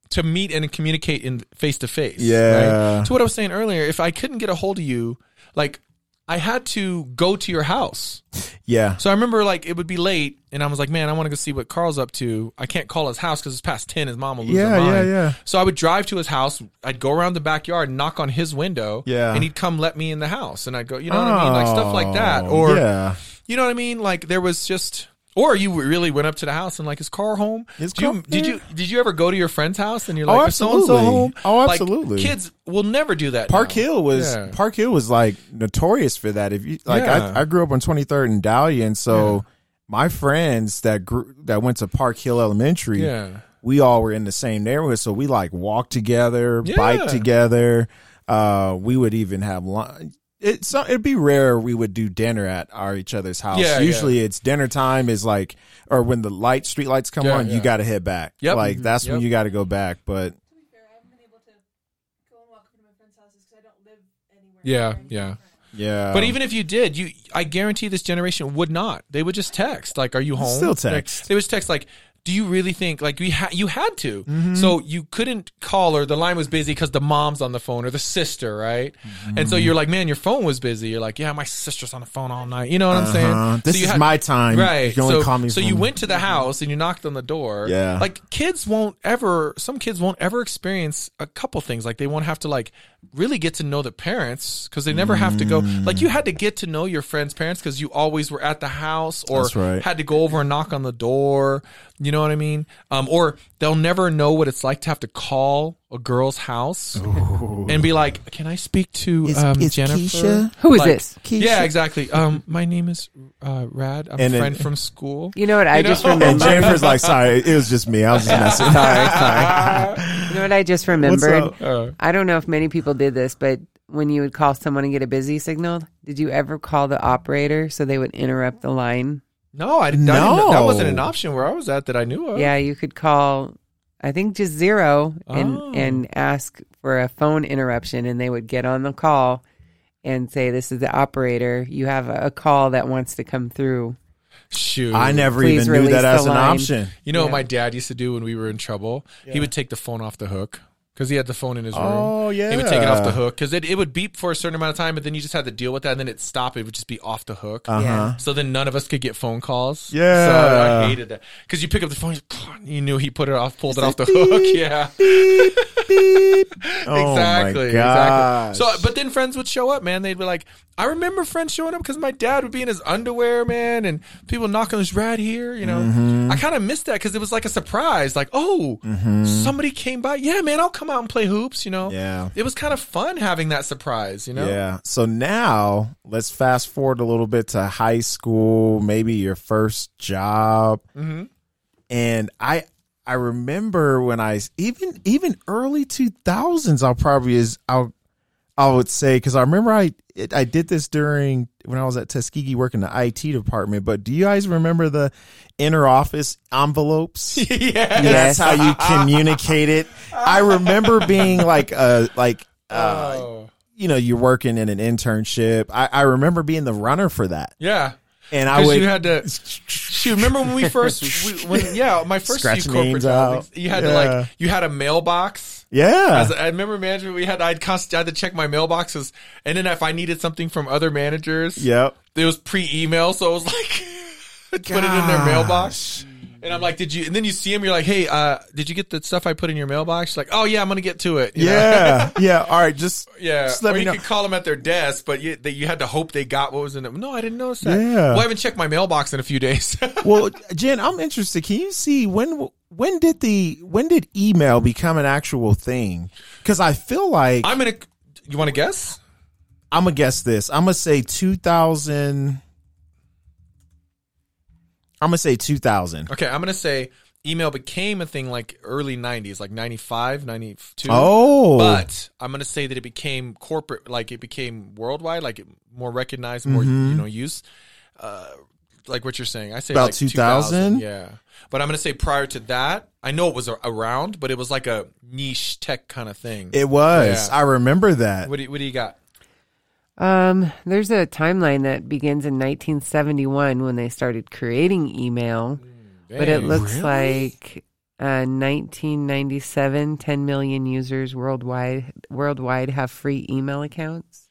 [SPEAKER 1] to meet and communicate in face to face.
[SPEAKER 2] Yeah.
[SPEAKER 1] Right? To what I was saying earlier, if I couldn't get a hold of you, like I had to go to your house.
[SPEAKER 2] yeah.
[SPEAKER 1] So I remember like it would be late, and I was like, "Man, I want to go see what Carl's up to. I can't call his house because it's past ten. His mom will lose
[SPEAKER 2] Yeah,
[SPEAKER 1] her
[SPEAKER 2] yeah,
[SPEAKER 1] mind."
[SPEAKER 2] yeah.
[SPEAKER 1] So I would drive to his house. I'd go around the backyard, knock on his window,
[SPEAKER 2] Yeah.
[SPEAKER 1] and he'd come let me in the house, and I'd go, you know what I mean, like stuff like that,
[SPEAKER 2] Oh,
[SPEAKER 1] or
[SPEAKER 2] yeah.
[SPEAKER 1] you know what I mean? Like there was just, or you really went up to the house and like his car home.
[SPEAKER 2] Is
[SPEAKER 1] did, you,
[SPEAKER 2] car
[SPEAKER 1] did
[SPEAKER 2] there?
[SPEAKER 1] you did you ever go to your friend's house and you're
[SPEAKER 2] Oh,
[SPEAKER 1] like, so and so
[SPEAKER 2] absolutely.
[SPEAKER 1] home?
[SPEAKER 2] Oh,
[SPEAKER 1] Like,
[SPEAKER 2] absolutely.
[SPEAKER 1] kids will never do that.
[SPEAKER 2] Park
[SPEAKER 1] now.
[SPEAKER 2] Hill was
[SPEAKER 1] Yeah.
[SPEAKER 2] Park Hill was like notorious for that. If you like,
[SPEAKER 1] Yeah.
[SPEAKER 2] I, I grew up on Twenty Third and Dahlia, and so my friends that grew that went to Park Hill Elementary,
[SPEAKER 1] Yeah.
[SPEAKER 2] we all were in the same neighborhood, so we like walked together,
[SPEAKER 1] Yeah.
[SPEAKER 2] bike together. Uh, we would even have lunch. It's so it'd be rare we would do dinner at our each other's house.
[SPEAKER 1] Yeah,
[SPEAKER 2] Usually, it's dinner time is like, or when the light street lights come
[SPEAKER 1] Yeah,
[SPEAKER 2] on,
[SPEAKER 1] yeah.
[SPEAKER 2] you got to head back.
[SPEAKER 1] Yep. Mm-hmm.
[SPEAKER 2] like that's when
[SPEAKER 1] Yep.
[SPEAKER 2] you got to go back. But
[SPEAKER 4] To be fair, I haven't been able to go and walk up to my friends' houses because I don't live anywhere.
[SPEAKER 1] Yeah,
[SPEAKER 4] near any
[SPEAKER 1] yeah.
[SPEAKER 4] friends.
[SPEAKER 2] yeah,
[SPEAKER 1] But even if you did, you I guarantee this generation would not. They would just text like, "Are you home?"
[SPEAKER 2] Still
[SPEAKER 1] Like,
[SPEAKER 2] text.
[SPEAKER 1] they would just text like, "Do you really think like we ha- you had to?"
[SPEAKER 2] Mm-hmm.
[SPEAKER 1] So you couldn't call or the line was busy because the mom's on the phone or the sister, right? And
[SPEAKER 2] Mm-hmm.
[SPEAKER 1] so you're like, "Man, your phone was busy." You're like, "Yeah, my sister's on the phone all night." You know what I'm
[SPEAKER 2] Uh-huh.
[SPEAKER 1] saying?
[SPEAKER 2] This
[SPEAKER 1] so you
[SPEAKER 2] is my time.
[SPEAKER 1] right?
[SPEAKER 2] You can only
[SPEAKER 1] so
[SPEAKER 2] call me
[SPEAKER 1] so you
[SPEAKER 2] from-
[SPEAKER 1] went to the house and you knocked on the door.
[SPEAKER 2] Yeah.
[SPEAKER 1] like kids won't ever. Some kids won't ever experience a couple things like they won't have to like really get to know the parents because they never have to go.
[SPEAKER 2] Mm.
[SPEAKER 1] Like you had to get to know your friend's parents because you always were at the house or
[SPEAKER 2] That's right.
[SPEAKER 1] had to go over and knock on the door. You know what I mean? Um, or they'll never know what it's like to have to call a girl's house and be like, "Can I speak to um, Jennifer?"
[SPEAKER 3] Who is
[SPEAKER 1] Like-
[SPEAKER 3] this?
[SPEAKER 1] Yeah, exactly. Um, my name is uh, Rad. I'm
[SPEAKER 2] And
[SPEAKER 1] a
[SPEAKER 2] then-
[SPEAKER 1] friend from school.
[SPEAKER 3] You know what I
[SPEAKER 1] You know?
[SPEAKER 3] just
[SPEAKER 2] And
[SPEAKER 3] remember?
[SPEAKER 2] Jennifer's like, sorry, it was just me. I was just messing. sorry, sorry.
[SPEAKER 3] You know what I just remembered?
[SPEAKER 2] up?
[SPEAKER 1] Uh,
[SPEAKER 3] I don't know if many people did this, but when you would call someone and get a busy signal, did you ever call the operator so they would interrupt the line?
[SPEAKER 1] no, I, didn't I didn't know- That
[SPEAKER 2] No.
[SPEAKER 1] wasn't an option where I was at that I knew of.
[SPEAKER 3] Yeah, you could call I think just zero and
[SPEAKER 1] Oh.
[SPEAKER 3] and ask for a phone interruption and they would get on the call and say this is the operator. You have a, a call that wants to come through.
[SPEAKER 1] Shoot.
[SPEAKER 2] I never
[SPEAKER 3] Please
[SPEAKER 2] even knew
[SPEAKER 3] release
[SPEAKER 2] that as
[SPEAKER 3] the
[SPEAKER 2] an
[SPEAKER 3] line.
[SPEAKER 2] option.
[SPEAKER 1] You know what
[SPEAKER 3] Yeah.
[SPEAKER 1] my dad used to do when we were in trouble? He would take the phone off the hook because he had the phone in his room.
[SPEAKER 2] Oh,
[SPEAKER 1] He would take it off the
[SPEAKER 2] yeah.
[SPEAKER 1] hook because it, it would beep for a certain amount of time, but then you just had to deal with that, and then it'd stop. It would just be off the hook.
[SPEAKER 2] Uh huh.
[SPEAKER 3] Yeah.
[SPEAKER 1] So then none of us could get phone calls.
[SPEAKER 2] Yeah.
[SPEAKER 1] So I hated that. Because you pick up the phone, you knew he put it off, pulled it off the hook. Yeah.
[SPEAKER 2] Oh
[SPEAKER 1] exactly.
[SPEAKER 2] my
[SPEAKER 1] exactly.
[SPEAKER 2] gosh.
[SPEAKER 1] So, but then friends would show up, man. They'd be like, I remember friends showing up because my dad would be in his underwear, man, and people knocking his rat here. You know,
[SPEAKER 2] Mm-hmm.
[SPEAKER 1] I kind of missed that because it was like a surprise. Like, oh, somebody came by. Yeah, man, I'll come out and play hoops. You know,
[SPEAKER 2] Yeah.
[SPEAKER 1] it was kind of fun having that surprise. You know,
[SPEAKER 2] Yeah. So now let's fast forward a little bit to high school, maybe your first job. And I I remember when I even even early 2000s I'll probably is I'll I would say cuz I remember I it, I did this during when I was at Tuskegee working the IT department, but do you guys remember the inner office envelopes?
[SPEAKER 1] yeah.
[SPEAKER 2] That's
[SPEAKER 3] Yes.
[SPEAKER 2] how you communicate it. I remember being like uh like uh,
[SPEAKER 1] Oh.
[SPEAKER 2] you know, you're working in an internship. I, I remember being the runner for that.
[SPEAKER 1] Yeah.
[SPEAKER 2] And I
[SPEAKER 1] Because
[SPEAKER 2] would
[SPEAKER 1] you had to. Shoot, remember when we first? We, when, yeah, my first
[SPEAKER 2] Scratch
[SPEAKER 1] few corporate
[SPEAKER 2] names
[SPEAKER 1] jobs,
[SPEAKER 2] out.
[SPEAKER 1] you had to
[SPEAKER 2] Yeah.
[SPEAKER 1] like you had a mailbox.
[SPEAKER 2] Yeah.
[SPEAKER 1] As I remember management, we had I'd constantly I had to check my mailboxes, and then if I needed something from other managers,
[SPEAKER 2] yep.
[SPEAKER 1] it was pre-email, so it was like I'd put it in their mailbox. And I'm like, did you? And then you see him, you're like, hey, uh, did you get the stuff I put in your mailbox? You're like, oh yeah, I'm gonna get to it. you know?
[SPEAKER 2] Yeah. yeah. All right. Just,
[SPEAKER 1] Yeah,
[SPEAKER 2] just let
[SPEAKER 1] or
[SPEAKER 2] me
[SPEAKER 1] you
[SPEAKER 2] know.
[SPEAKER 1] could call them at their desk, but you, that you had to hope they got what was in it. No, I didn't notice that.
[SPEAKER 2] Yeah.
[SPEAKER 1] Well, I haven't checked my mailbox in a few days.
[SPEAKER 2] well, Jen, I'm interested. Can you see when when did the when did email become an actual thing? Because I feel like I'm,
[SPEAKER 1] I'm gonna. You want to guess?
[SPEAKER 2] gonna guess this. I'm gonna say 2000. I'm gonna say two thousand.
[SPEAKER 1] Okay, I'm gonna say email became a thing like early '90s, like '95, '92.
[SPEAKER 2] Oh,
[SPEAKER 1] but I'm gonna say that it became corporate, like it became worldwide, like it more recognized, more you know use. Uh, like what you're saying, I say
[SPEAKER 2] Mm-hmm. About
[SPEAKER 1] like
[SPEAKER 2] 2000?
[SPEAKER 1] yeah. But I'm gonna say prior to that, I know it was a- around, but it was like a niche tech kind of thing.
[SPEAKER 2] it was.
[SPEAKER 1] Yeah.
[SPEAKER 2] I remember that.
[SPEAKER 1] what do you, what do you got?
[SPEAKER 3] Um, there's a timeline that begins in 1971 when they started creating email, but it
[SPEAKER 1] Dang.
[SPEAKER 3] looks like uh, 1997, 10 million users worldwide worldwide have free email accounts.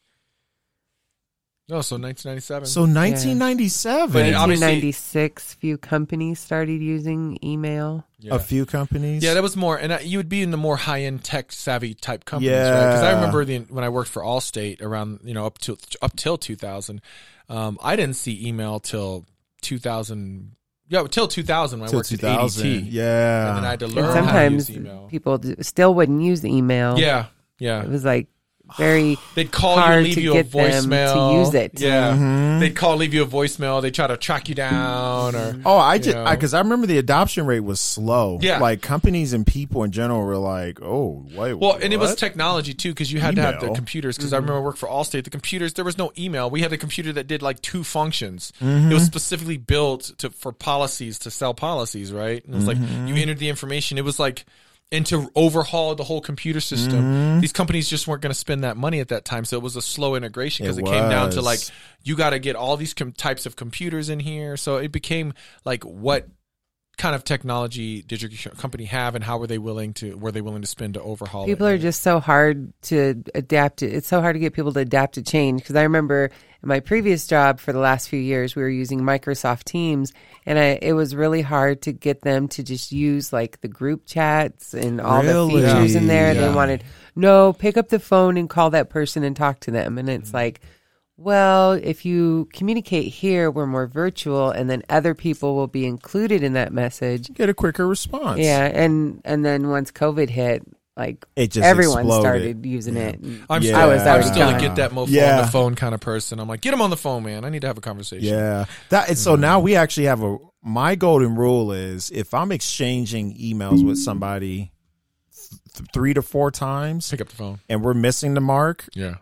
[SPEAKER 1] no, Oh, so 1997.
[SPEAKER 2] So 1997.
[SPEAKER 1] But it obviously-
[SPEAKER 3] 1996, few companies started using email.
[SPEAKER 1] yeah.
[SPEAKER 2] A few companies.
[SPEAKER 1] Yeah, that was more, and uh, you would be in the more high end tech savvy type companies, right? 'Cause Because I
[SPEAKER 2] Yeah.
[SPEAKER 1] remember the, when I worked for Allstate around you know up to up till 2000, um, I didn't see email till 2000. Yeah, till 2000 when I
[SPEAKER 2] till
[SPEAKER 1] worked
[SPEAKER 2] 2000.
[SPEAKER 1] at ADT.
[SPEAKER 2] Yeah.
[SPEAKER 1] and then I had to learn
[SPEAKER 3] And
[SPEAKER 1] how to use
[SPEAKER 3] sometimes
[SPEAKER 1] email.
[SPEAKER 3] people d- still wouldn't use email.
[SPEAKER 1] Yeah,
[SPEAKER 3] It
[SPEAKER 1] yeah.
[SPEAKER 3] was like very
[SPEAKER 1] They'd call you,
[SPEAKER 3] hard
[SPEAKER 1] leave
[SPEAKER 3] to
[SPEAKER 1] you a
[SPEAKER 3] get them to
[SPEAKER 1] voicemail
[SPEAKER 3] use it.
[SPEAKER 1] Yeah,
[SPEAKER 2] Mhm.
[SPEAKER 1] they'd call, leave you a voicemail. They try to track you down,
[SPEAKER 3] Mm-hmm.
[SPEAKER 1] or
[SPEAKER 2] Oh, I just
[SPEAKER 1] know.
[SPEAKER 2] because I, remember the adoption rate was slow.
[SPEAKER 1] Yeah.
[SPEAKER 2] like companies and people in general were like, "Oh, wait."
[SPEAKER 1] Well, and it was
[SPEAKER 2] what?
[SPEAKER 1] technology too, because you had to have the
[SPEAKER 2] Email. Mm-hmm.
[SPEAKER 1] computers. Because I remember I worked for Allstate. The computers, there was no email. We had a computer that did like two functions. It
[SPEAKER 2] Mm-hmm.
[SPEAKER 1] was specifically built to for policies to sell policies, right? And it was
[SPEAKER 2] Mm-hmm.
[SPEAKER 1] like you entered the information. It was like and to overhaul the whole computer system.
[SPEAKER 2] Mm-hmm.
[SPEAKER 1] These companies just weren't going to spend that money at that time, so it was a slow integration because it,
[SPEAKER 2] It
[SPEAKER 1] came down to
[SPEAKER 2] was.
[SPEAKER 1] like you got to get all these com- types of computers in here. So it became like what kind of technology did your company have and how were they willing to were they willing to spend to overhaul it?
[SPEAKER 3] people are just so hard to adapt to. It's so hard to get people to adapt to change. Because I remember in my previous job for the last few years, we were using Microsoft Teams, and I, it was really hard to get them to just use like the group chats and all
[SPEAKER 2] Really?
[SPEAKER 3] the features in there.
[SPEAKER 1] Yeah.
[SPEAKER 3] They wanted no, pick up the phone and call that person and talk to them, and
[SPEAKER 1] Mm-hmm.
[SPEAKER 3] it's like. Well, if you communicate here, we're more virtual, and then other people will be included in that message.
[SPEAKER 2] get a quicker response.
[SPEAKER 3] Yeah, and and then once COVID hit, like
[SPEAKER 2] It just
[SPEAKER 3] everyone
[SPEAKER 2] exploded.
[SPEAKER 3] started using it.
[SPEAKER 1] I'm,
[SPEAKER 2] Yeah.
[SPEAKER 1] still,
[SPEAKER 2] I was
[SPEAKER 1] I'm
[SPEAKER 2] already
[SPEAKER 1] still a
[SPEAKER 2] gone.
[SPEAKER 1] get that mofo on
[SPEAKER 2] Yeah.
[SPEAKER 1] the phone kind of person. I'm like, get him on the phone, man. I need to have a conversation.
[SPEAKER 2] yeah. That and so now we actually have a. My golden rule is if I'm exchanging emails with somebody th- three to four times
[SPEAKER 1] Pick up the phone.
[SPEAKER 2] and we're missing the mark,
[SPEAKER 1] Yeah.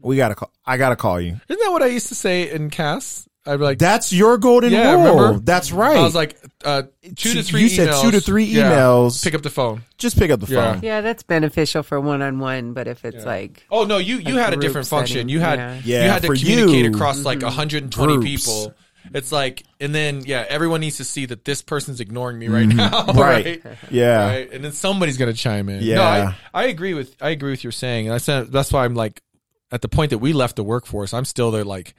[SPEAKER 2] we gotta call. I gotta call you.
[SPEAKER 1] Isn't that what I used to say in cast? I'd be like,
[SPEAKER 2] That's your golden
[SPEAKER 1] Yeah,
[SPEAKER 2] rule.
[SPEAKER 1] remember?
[SPEAKER 2] That's right.
[SPEAKER 1] I was like, uh, two to
[SPEAKER 2] You
[SPEAKER 1] three.
[SPEAKER 2] said
[SPEAKER 1] emails.
[SPEAKER 2] two to three
[SPEAKER 1] Yeah.
[SPEAKER 2] emails.
[SPEAKER 1] Pick up the phone.
[SPEAKER 2] just pick up the
[SPEAKER 1] Yeah.
[SPEAKER 2] phone.
[SPEAKER 3] Yeah, that's beneficial for one on one, but if it's
[SPEAKER 1] Yeah.
[SPEAKER 3] like
[SPEAKER 1] Oh no, you you
[SPEAKER 3] A
[SPEAKER 1] had a
[SPEAKER 3] group
[SPEAKER 1] different function.
[SPEAKER 3] setting,
[SPEAKER 1] You had
[SPEAKER 3] yeah.
[SPEAKER 1] you
[SPEAKER 2] Yeah,
[SPEAKER 1] had to
[SPEAKER 2] for
[SPEAKER 1] communicate
[SPEAKER 2] you.
[SPEAKER 1] across like 120
[SPEAKER 2] Groups.
[SPEAKER 1] people. It's like, and then yeah, everyone needs to see that this person's ignoring me right now,
[SPEAKER 2] Mm-hmm. Right. Yeah.
[SPEAKER 1] right? And then somebody's gonna chime in. No,
[SPEAKER 2] Yeah.
[SPEAKER 1] I, I agree with I agree with your saying, and I said that's why I'm like at the point that we left the workforce, I'm still there like.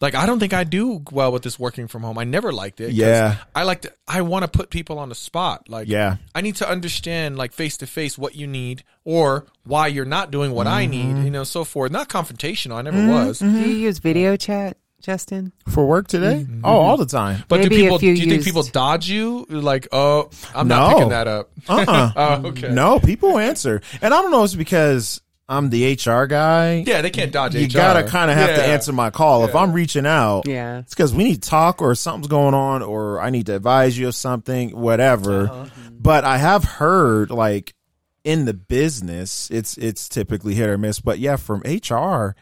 [SPEAKER 1] Like I don't think I do well with this working from home. I never liked it. 'cause
[SPEAKER 2] Yeah.
[SPEAKER 1] I like to. I want to put people on the spot. Like,
[SPEAKER 2] Yeah.
[SPEAKER 1] I need to understand like face to face what you need or why you're not doing what I
[SPEAKER 2] Mm-hmm.
[SPEAKER 1] need. You know, so forth. Not confrontational. I never was.
[SPEAKER 3] do you use video chat, Justin?
[SPEAKER 2] For work today?
[SPEAKER 1] Mm-hmm.
[SPEAKER 2] Oh, all the time.
[SPEAKER 1] But do
[SPEAKER 3] Maybe
[SPEAKER 1] people?
[SPEAKER 3] if
[SPEAKER 1] Do
[SPEAKER 3] you
[SPEAKER 1] you think
[SPEAKER 3] used-
[SPEAKER 1] people dodge you? Like, oh, I'm not
[SPEAKER 2] No.
[SPEAKER 1] picking that up.
[SPEAKER 2] Uh-uh.
[SPEAKER 1] oh, okay.
[SPEAKER 2] No, people answer. And I don't know if it's because I'm the HR guy.
[SPEAKER 1] Yeah, they can't dodge.
[SPEAKER 2] You
[SPEAKER 1] HR.
[SPEAKER 2] gotta kind of have to
[SPEAKER 1] Yeah.
[SPEAKER 2] answer my call. If I'm reaching out,
[SPEAKER 3] Yeah.
[SPEAKER 2] it's because we need to talk or something's going on or I need to advise you of something, whatever. But I have heard like in the business, it's it's typically hit or miss. But yeah, from HR,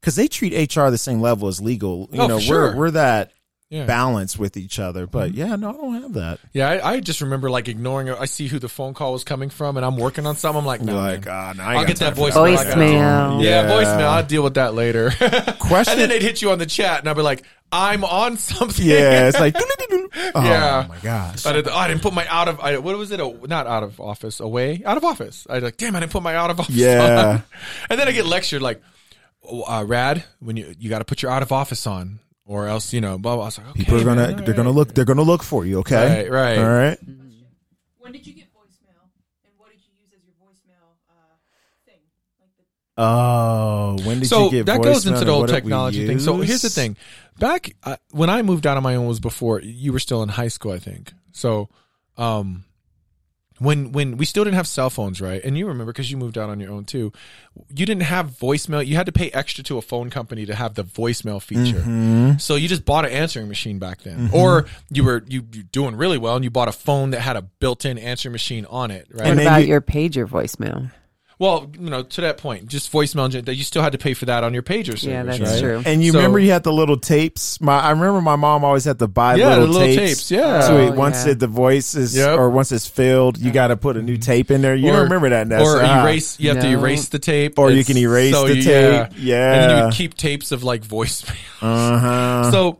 [SPEAKER 2] because they treat HR the same level as legal.
[SPEAKER 1] Mm-hmm.
[SPEAKER 2] You
[SPEAKER 1] Oh,
[SPEAKER 2] know,
[SPEAKER 1] for sure.
[SPEAKER 2] we're we're that
[SPEAKER 1] Yeah. Mm-hmm.
[SPEAKER 2] balance with each other. But yeah, no, I don't have that.
[SPEAKER 1] Yeah, I, I just remember like ignoring. I see who the phone call was coming from, and I'm working on something. I'm like, no,
[SPEAKER 2] like,
[SPEAKER 1] man.
[SPEAKER 2] ah, nah, I
[SPEAKER 1] I'll
[SPEAKER 2] ain't
[SPEAKER 1] get
[SPEAKER 2] got
[SPEAKER 1] that
[SPEAKER 2] time for
[SPEAKER 1] voicemail. I got-
[SPEAKER 3] Voicemail.
[SPEAKER 1] Yeah,
[SPEAKER 2] Yeah.
[SPEAKER 1] voicemail. I'll deal with that later.
[SPEAKER 2] Question-
[SPEAKER 1] and then they'd hit you on the chat, and I'd be like, I'm on something.
[SPEAKER 2] Yeah, it's like, oh
[SPEAKER 1] Yeah.
[SPEAKER 2] my gosh.
[SPEAKER 1] I, did, oh, I didn't put my out of I, what was it? Oh, not out of office, away, out of office. I like, damn, I didn't put my out of office.
[SPEAKER 2] Yeah.
[SPEAKER 1] on. and then I get lectured like, oh, uh, Rad, when you you got to put your out of office on, or else you know, blah blah. I was like, okay,
[SPEAKER 2] People are gonna
[SPEAKER 1] man, all
[SPEAKER 2] they're gonna
[SPEAKER 1] right.
[SPEAKER 2] look they're gonna look for you.
[SPEAKER 1] Right,
[SPEAKER 2] Okay,
[SPEAKER 1] right.
[SPEAKER 2] all right.
[SPEAKER 4] When did you get voicemail, and what did you use as your voicemail uh, thing? Like the
[SPEAKER 2] Oh, when did
[SPEAKER 1] so
[SPEAKER 2] you get
[SPEAKER 1] that goes
[SPEAKER 2] voicemail
[SPEAKER 1] into
[SPEAKER 2] and
[SPEAKER 1] the whole
[SPEAKER 2] what did we
[SPEAKER 1] technology thing. So here's the
[SPEAKER 2] use?
[SPEAKER 1] thing: back uh, when I moved out on my own was before you were still in high school, I think. So, um, when when we still didn't have cell phones, right? And you remember because you moved out on your own too. You didn't have voicemail. You had to pay extra to a phone company to have the voicemail feature.
[SPEAKER 2] Mm-hmm.
[SPEAKER 1] So you just bought an answering machine back then, or you were you you doing really well and you bought a phone that had a built-in answering machine on it, right?
[SPEAKER 2] And
[SPEAKER 3] What
[SPEAKER 2] then
[SPEAKER 3] about
[SPEAKER 2] you-
[SPEAKER 3] your pager voicemail?
[SPEAKER 1] well, you know, to that point, just voicemail and that you still had to pay for that on your pager service.
[SPEAKER 3] Yeah, that's
[SPEAKER 1] right?
[SPEAKER 3] true.
[SPEAKER 2] And you
[SPEAKER 1] So-
[SPEAKER 2] remember you had the little tapes. My I remember my mom always had to buy
[SPEAKER 1] Yeah, the
[SPEAKER 2] little,
[SPEAKER 1] little
[SPEAKER 2] tapes.
[SPEAKER 1] tapes, yeah.
[SPEAKER 2] So it,
[SPEAKER 3] Oh,
[SPEAKER 2] once
[SPEAKER 3] yeah.
[SPEAKER 2] it, the voice is
[SPEAKER 1] Yep. Mm-hmm.
[SPEAKER 2] or once it's filled, you got to put a new tape in there. You don't remember that now.
[SPEAKER 1] Or
[SPEAKER 2] so, ah.
[SPEAKER 1] erase. You have to
[SPEAKER 3] No.
[SPEAKER 1] erase the tape,
[SPEAKER 2] Or you can erase the
[SPEAKER 1] you-
[SPEAKER 2] tape.
[SPEAKER 1] and then you
[SPEAKER 2] Yeah.
[SPEAKER 1] would keep tapes of like voicemail.
[SPEAKER 2] Uh-huh.
[SPEAKER 1] so,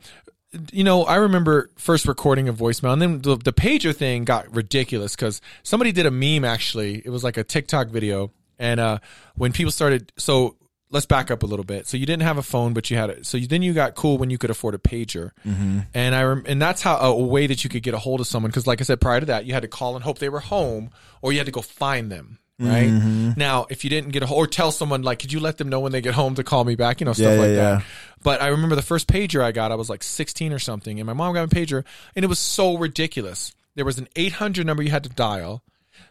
[SPEAKER 1] you know, I remember first recording a voicemail, and then the, the pager thing got ridiculous because somebody did a meme. Actually, it was like a TikTok video, and uh, when people started, so let's back up a little bit. So you didn't have a phone, but you had it. So you, then you got cool when you could afford a pager,
[SPEAKER 2] Mm-hmm.
[SPEAKER 1] and I rem- and that's how a, a way that you could get a hold of someone. Because like I said prior to that, you had to call and hope they were home, or you had to go find them. Right
[SPEAKER 2] Mm-hmm.
[SPEAKER 1] now, if you didn't get a hold, or tell someone like, could you let them know when they get home to call me back? You know, stuff
[SPEAKER 2] Yeah,
[SPEAKER 1] like
[SPEAKER 2] yeah,
[SPEAKER 1] that.
[SPEAKER 2] yeah.
[SPEAKER 1] But I remember the first pager I got, I was like 16 or something, and my mom got me a pager, and it was so ridiculous. There was an 800 number you had to dial,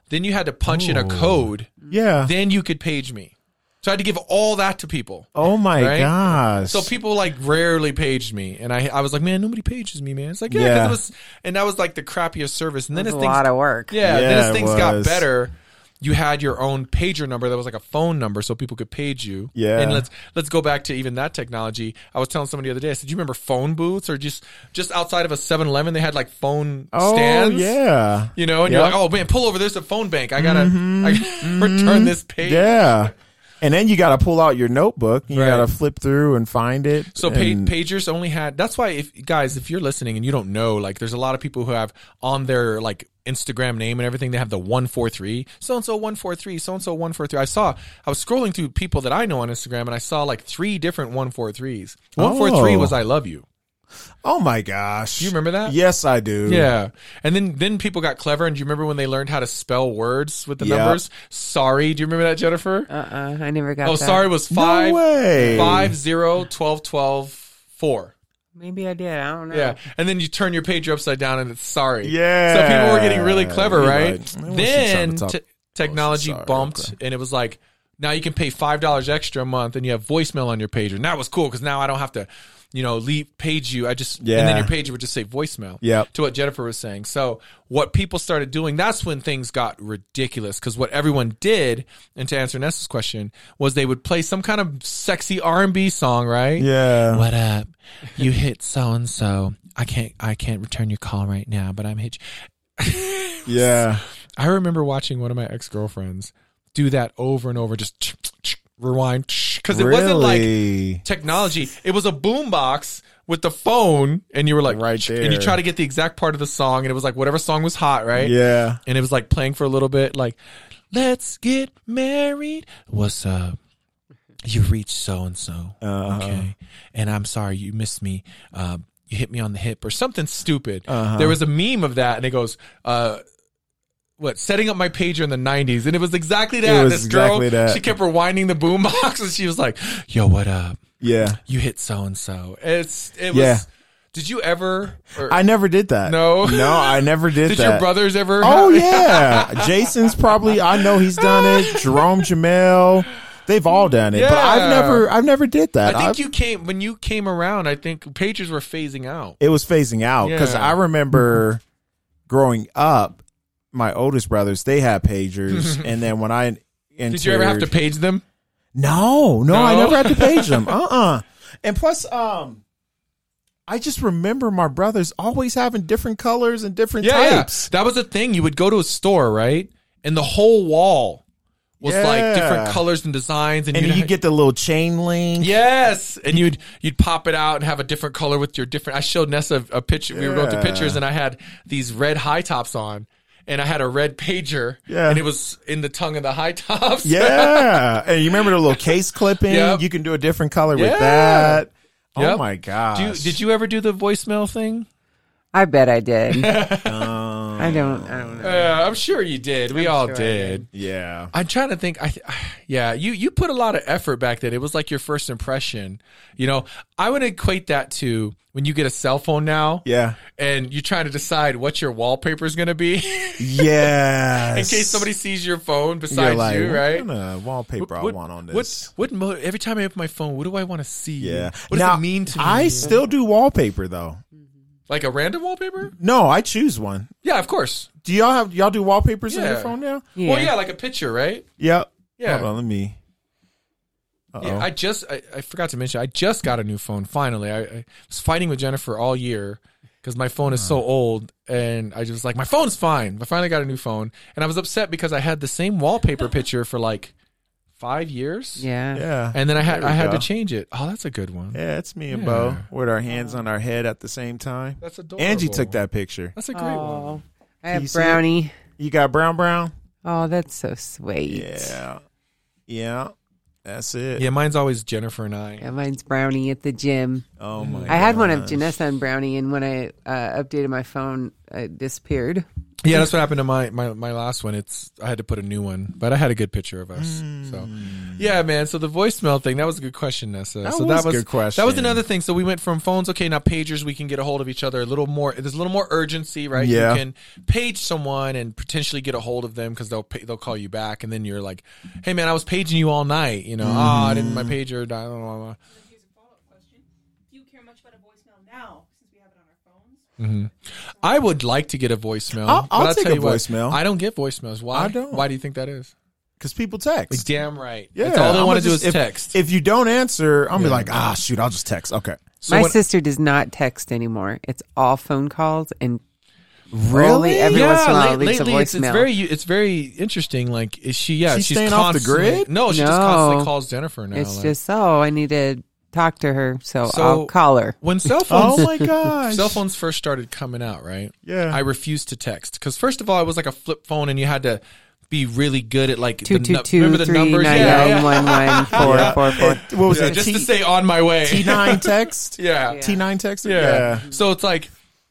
[SPEAKER 1] then you had to punch in a
[SPEAKER 3] Oh.
[SPEAKER 1] code,
[SPEAKER 2] yeah.
[SPEAKER 1] then you could page me. So I had to give all that to people.
[SPEAKER 2] oh my
[SPEAKER 1] Right?
[SPEAKER 2] gosh.
[SPEAKER 1] So people like rarely paged me, and I I was like, man, nobody pages me, man. It's like yeah, 'cause
[SPEAKER 2] Yeah.
[SPEAKER 1] it was, and that was like the crappiest service. And then
[SPEAKER 3] That's
[SPEAKER 1] as
[SPEAKER 3] a
[SPEAKER 1] things
[SPEAKER 3] lot of work.
[SPEAKER 1] yeah,
[SPEAKER 2] Yeah,
[SPEAKER 1] then as
[SPEAKER 2] it
[SPEAKER 1] things got
[SPEAKER 2] was.
[SPEAKER 1] better, you had your own pager number that was like a phone number, so people could page you.
[SPEAKER 2] Yeah.
[SPEAKER 1] and let's let's go back to even that technology. I was telling somebody the other day. I said, "Do you remember phone booths or just just outside of a 7-Eleven, they had like phone
[SPEAKER 2] oh
[SPEAKER 1] stands?
[SPEAKER 2] yeah.
[SPEAKER 1] you know, and
[SPEAKER 2] Yeah.
[SPEAKER 1] you're like, oh man, pull over. There's a phone bank. I gotta, I gotta return this page.
[SPEAKER 2] Mm-hmm. Yeah. And then you got to pull out your notebook. You
[SPEAKER 1] Right.
[SPEAKER 2] got to flip through and find it.
[SPEAKER 1] So pa-
[SPEAKER 2] and,
[SPEAKER 1] pagers only had. That's why, if guys, if you're listening and you don't know, like, there's a lot of people who have on their like Instagram name and everything. They have the one four three, so and so one four three, so and so one four three. I saw. I was scrolling through people that I know on Instagram, and I saw like three different one four threes. One four three
[SPEAKER 2] Oh.
[SPEAKER 1] was I love you.
[SPEAKER 2] oh my gosh.
[SPEAKER 1] Do you remember that?
[SPEAKER 2] Yes, I do.
[SPEAKER 1] Yeah, and then then people got clever. And do you remember when they learned how to spell words with the
[SPEAKER 2] Yeah.
[SPEAKER 1] numbers? Sorry, do you remember that, Jennifer?
[SPEAKER 3] Uh uh I never got
[SPEAKER 1] oh,
[SPEAKER 3] that.
[SPEAKER 1] sorry was
[SPEAKER 2] No
[SPEAKER 1] five
[SPEAKER 2] way.
[SPEAKER 1] five zero twelve twelve four.
[SPEAKER 3] Maybe I did. I don't know.
[SPEAKER 1] Yeah, and then you turn your page upside down and it's sorry.
[SPEAKER 2] Yeah.
[SPEAKER 1] So people were getting really clever,
[SPEAKER 2] You're
[SPEAKER 1] right?
[SPEAKER 2] like, "I want some
[SPEAKER 1] then
[SPEAKER 2] top-
[SPEAKER 1] te-
[SPEAKER 2] top-
[SPEAKER 1] technology
[SPEAKER 2] sorry,
[SPEAKER 1] bumped, and it was like now you can pay five dollars extra a month, and you have voicemail on your pager. And that was cool because now I don't have to, you know, leave page you. I just and
[SPEAKER 2] Yeah.
[SPEAKER 1] then your page would just say voicemail.
[SPEAKER 2] Yep.
[SPEAKER 1] To what Jennifer was saying. So what people started doing, that's when things got ridiculous because what everyone did, and to answer Nessa's question, was they would play some kind of sexy R and B song, right?
[SPEAKER 2] Yeah.
[SPEAKER 1] what up? You hit so and so. I can't I can't return your call right now, but I'm hit.
[SPEAKER 2] Yeah.
[SPEAKER 1] I remember watching one of my ex girlfriends do that over and over, just rewind because it wasn't like
[SPEAKER 2] Really?
[SPEAKER 1] technology. It was a boombox with the phone, and you were like
[SPEAKER 2] Right
[SPEAKER 1] and you
[SPEAKER 2] there.
[SPEAKER 1] try to get the exact part of the song, and it was like whatever song was hot, right?
[SPEAKER 2] Yeah.
[SPEAKER 1] and it was like playing for a little bit like let's get married what's up you reached so and so
[SPEAKER 2] Uh-huh.
[SPEAKER 1] okay and i'm sorry you missed me uh, you hit me on the hip or something stupid
[SPEAKER 2] Uh-huh.
[SPEAKER 1] there was a meme of that and it goes uh, what setting up my pager in the 90s and it was exactly that
[SPEAKER 2] was
[SPEAKER 1] this girl
[SPEAKER 2] exactly that.
[SPEAKER 1] she kept rewinding the boombox and she was like yo what up
[SPEAKER 2] Yeah.
[SPEAKER 1] you hit so and so it's it was
[SPEAKER 2] Yeah.
[SPEAKER 1] did you ever or,
[SPEAKER 2] I never did that.
[SPEAKER 1] No.
[SPEAKER 2] No, I never did,
[SPEAKER 1] did
[SPEAKER 2] that.
[SPEAKER 1] your brothers ever
[SPEAKER 2] Oh yeah. Jason's probably I know he's done it. Jerome Jamel. They've all done it. But I've
[SPEAKER 1] Yeah.
[SPEAKER 2] never I've never did that.
[SPEAKER 1] I think
[SPEAKER 2] I've-
[SPEAKER 1] you came when you came around. I think pagers were phasing out.
[SPEAKER 2] it was phasing out because
[SPEAKER 1] Yeah.
[SPEAKER 2] I remember growing up, my oldest brothers, they had pagers. and then when I entered,
[SPEAKER 1] Did you ever have to page them?
[SPEAKER 2] No, no, I
[SPEAKER 1] No?
[SPEAKER 2] never had to page them. Uh uh And plus, um, I just remember my brothers always having different colors and different
[SPEAKER 1] Yeah,
[SPEAKER 2] types.
[SPEAKER 1] that was a thing. You would go to a store, right, and the whole wall was like
[SPEAKER 2] Yeah.
[SPEAKER 1] different colors and designs, and,
[SPEAKER 2] And
[SPEAKER 1] you'd
[SPEAKER 2] you get the little chain link.
[SPEAKER 1] Yes, and you'd you'd pop it out and have a different color with your different. I showed Nessa a picture. We were going through
[SPEAKER 2] Yeah.
[SPEAKER 1] pictures, and I had these red high tops on, and I had a red pager,
[SPEAKER 2] Yeah.
[SPEAKER 1] and it was in the tongue of the high tops.
[SPEAKER 2] Yeah. and you remember the little case clipping?
[SPEAKER 1] Yep.
[SPEAKER 2] You can do a different color with
[SPEAKER 1] Yeah.
[SPEAKER 2] that. Oh
[SPEAKER 1] Yep.
[SPEAKER 2] my gosh.
[SPEAKER 1] Do you, did you ever do the voicemail thing?
[SPEAKER 3] I bet I did. I don't. I don't
[SPEAKER 1] Uh, I'm sure you did. We
[SPEAKER 3] I'm
[SPEAKER 1] all
[SPEAKER 3] sure I
[SPEAKER 1] did.
[SPEAKER 3] did.
[SPEAKER 2] Yeah.
[SPEAKER 1] I'm trying to think. I, yeah, you you put a lot of effort back then. It was like your first impression. You know, I would equate that to when you get a cell phone now,
[SPEAKER 2] Yeah.
[SPEAKER 1] and you're trying to decide what your wallpaper is going to be in
[SPEAKER 2] Yeah.
[SPEAKER 1] case somebody sees your phone besides you, right?
[SPEAKER 2] What kind of wallpaper I
[SPEAKER 1] What-
[SPEAKER 2] want on
[SPEAKER 1] what-
[SPEAKER 2] this?
[SPEAKER 1] What, mo- every time I open my phone, what do I want to see?
[SPEAKER 2] yeah.
[SPEAKER 1] What does
[SPEAKER 2] Now,
[SPEAKER 1] it mean to me?
[SPEAKER 2] I still do wallpaper though.
[SPEAKER 1] like a random wallpaper?
[SPEAKER 2] No, I choose one.
[SPEAKER 1] Yeah, of course.
[SPEAKER 2] Do y'all have y'all do wallpapers on your
[SPEAKER 1] Yeah.
[SPEAKER 2] phone now?
[SPEAKER 3] Yeah.
[SPEAKER 1] Well, yeah, like a picture, right?
[SPEAKER 2] Yep.
[SPEAKER 1] Yeah.
[SPEAKER 2] Hold on, let me. Uh-oh.
[SPEAKER 1] Yeah, I just I, I forgot to mention I just got a new phone finally. I, I was fighting with Jennifer all year because my phone is
[SPEAKER 2] Uh-huh.
[SPEAKER 1] so old, and I just was like my phone's fine. I finally got a new phone, and I was upset because I had the same wallpaper picture for like five years.
[SPEAKER 3] Yeah.
[SPEAKER 2] yeah.
[SPEAKER 1] and then I had
[SPEAKER 2] There we
[SPEAKER 1] I had
[SPEAKER 2] go.
[SPEAKER 1] to change it. Oh, that's a good one.
[SPEAKER 2] Yeah, it's me and
[SPEAKER 1] Yeah.
[SPEAKER 2] Bo with our hands on our head at the same time.
[SPEAKER 1] That's adorable.
[SPEAKER 2] Angie took that picture.
[SPEAKER 1] That's a great one.
[SPEAKER 3] Oh, I
[SPEAKER 2] you
[SPEAKER 3] have
[SPEAKER 2] see it?
[SPEAKER 3] brownie.
[SPEAKER 2] You got brown brown?
[SPEAKER 3] Oh, that's so sweet.
[SPEAKER 2] Yeah. Yeah. That's it.
[SPEAKER 1] Yeah, mine's always Jennifer and I.
[SPEAKER 3] Yeah, mine's brownie at the gym.
[SPEAKER 2] Oh my
[SPEAKER 3] I had one of
[SPEAKER 2] gosh.
[SPEAKER 3] Janessa and brownie, and when I uh, updated my phone, uh, it disappeared.
[SPEAKER 1] Yeah, that's what happened to my, my my last one. It's I had to put a new one, but I had a good picture of us. So yeah, man. So the voicemail thing that was a good question, Nessa.
[SPEAKER 2] Hmm. That
[SPEAKER 1] so
[SPEAKER 2] was a good question.
[SPEAKER 1] That was another thing. So we went from phones. Okay, now pagers. We can get a hold of each other a little more. There's a little more urgency, right?
[SPEAKER 2] Yeah.
[SPEAKER 1] You can page someone and potentially get a hold of them because they'll pay, they'll call you back, and then you're like, hey man, I was paging you all night. You know, ah, I didn't my
[SPEAKER 2] Hmm.
[SPEAKER 1] pager. Blah, blah, blah, blah.
[SPEAKER 4] And then here's a follow up question Do you care much about a voicemail now since we have it on our phones?
[SPEAKER 1] I would like to get a voicemail.
[SPEAKER 2] I'll-
[SPEAKER 1] but
[SPEAKER 2] I'll take
[SPEAKER 1] tell
[SPEAKER 2] a
[SPEAKER 1] you what,
[SPEAKER 2] voicemail.
[SPEAKER 1] I don't get voicemails. Why?
[SPEAKER 2] I don't.
[SPEAKER 1] Why do you think that is?
[SPEAKER 2] Cuz people text.
[SPEAKER 1] Damn right.
[SPEAKER 2] Yeah.
[SPEAKER 1] That's all they
[SPEAKER 2] I'ma
[SPEAKER 1] want to do
[SPEAKER 2] just-
[SPEAKER 1] is
[SPEAKER 2] if-
[SPEAKER 1] text.
[SPEAKER 2] If you don't answer, I'm be like, "Ah, shoot, I'll just text." Okay.
[SPEAKER 1] So
[SPEAKER 3] my
[SPEAKER 1] when-
[SPEAKER 3] sister does not text anymore. It's all phone calls and
[SPEAKER 2] Really?
[SPEAKER 3] only every once in a while it leaves
[SPEAKER 1] lately
[SPEAKER 3] a voicemail.
[SPEAKER 1] it's, it's very it's very interesting. Like is she? Yeah,
[SPEAKER 2] She's
[SPEAKER 1] she's,
[SPEAKER 2] staying off the
[SPEAKER 1] constantly-
[SPEAKER 2] grid?
[SPEAKER 1] No, she just
[SPEAKER 3] No.
[SPEAKER 1] constantly calls Jennifer now.
[SPEAKER 3] It's
[SPEAKER 1] like-
[SPEAKER 3] just oh, I need to talk to her, so,
[SPEAKER 1] So-
[SPEAKER 3] I'll call her.
[SPEAKER 1] when cell phones
[SPEAKER 2] Oh my gosh.
[SPEAKER 1] cell phones first started coming out, right?
[SPEAKER 2] Yeah.
[SPEAKER 1] I refused to text because first of all, it was like a flip phone, and you had to be really good at like
[SPEAKER 3] Two
[SPEAKER 1] the,
[SPEAKER 3] two
[SPEAKER 1] nu-
[SPEAKER 3] two
[SPEAKER 1] remember the
[SPEAKER 3] three
[SPEAKER 1] numbers,
[SPEAKER 3] nine
[SPEAKER 1] yeah, yeah.
[SPEAKER 3] nine one one four
[SPEAKER 2] Yeah.
[SPEAKER 3] four four.
[SPEAKER 2] What was
[SPEAKER 1] Yeah,
[SPEAKER 2] it?
[SPEAKER 1] just
[SPEAKER 2] T-
[SPEAKER 1] to say on my way.
[SPEAKER 2] T9 text?
[SPEAKER 1] yeah.
[SPEAKER 3] Yeah.
[SPEAKER 2] T9 text?
[SPEAKER 1] Yeah. So it's like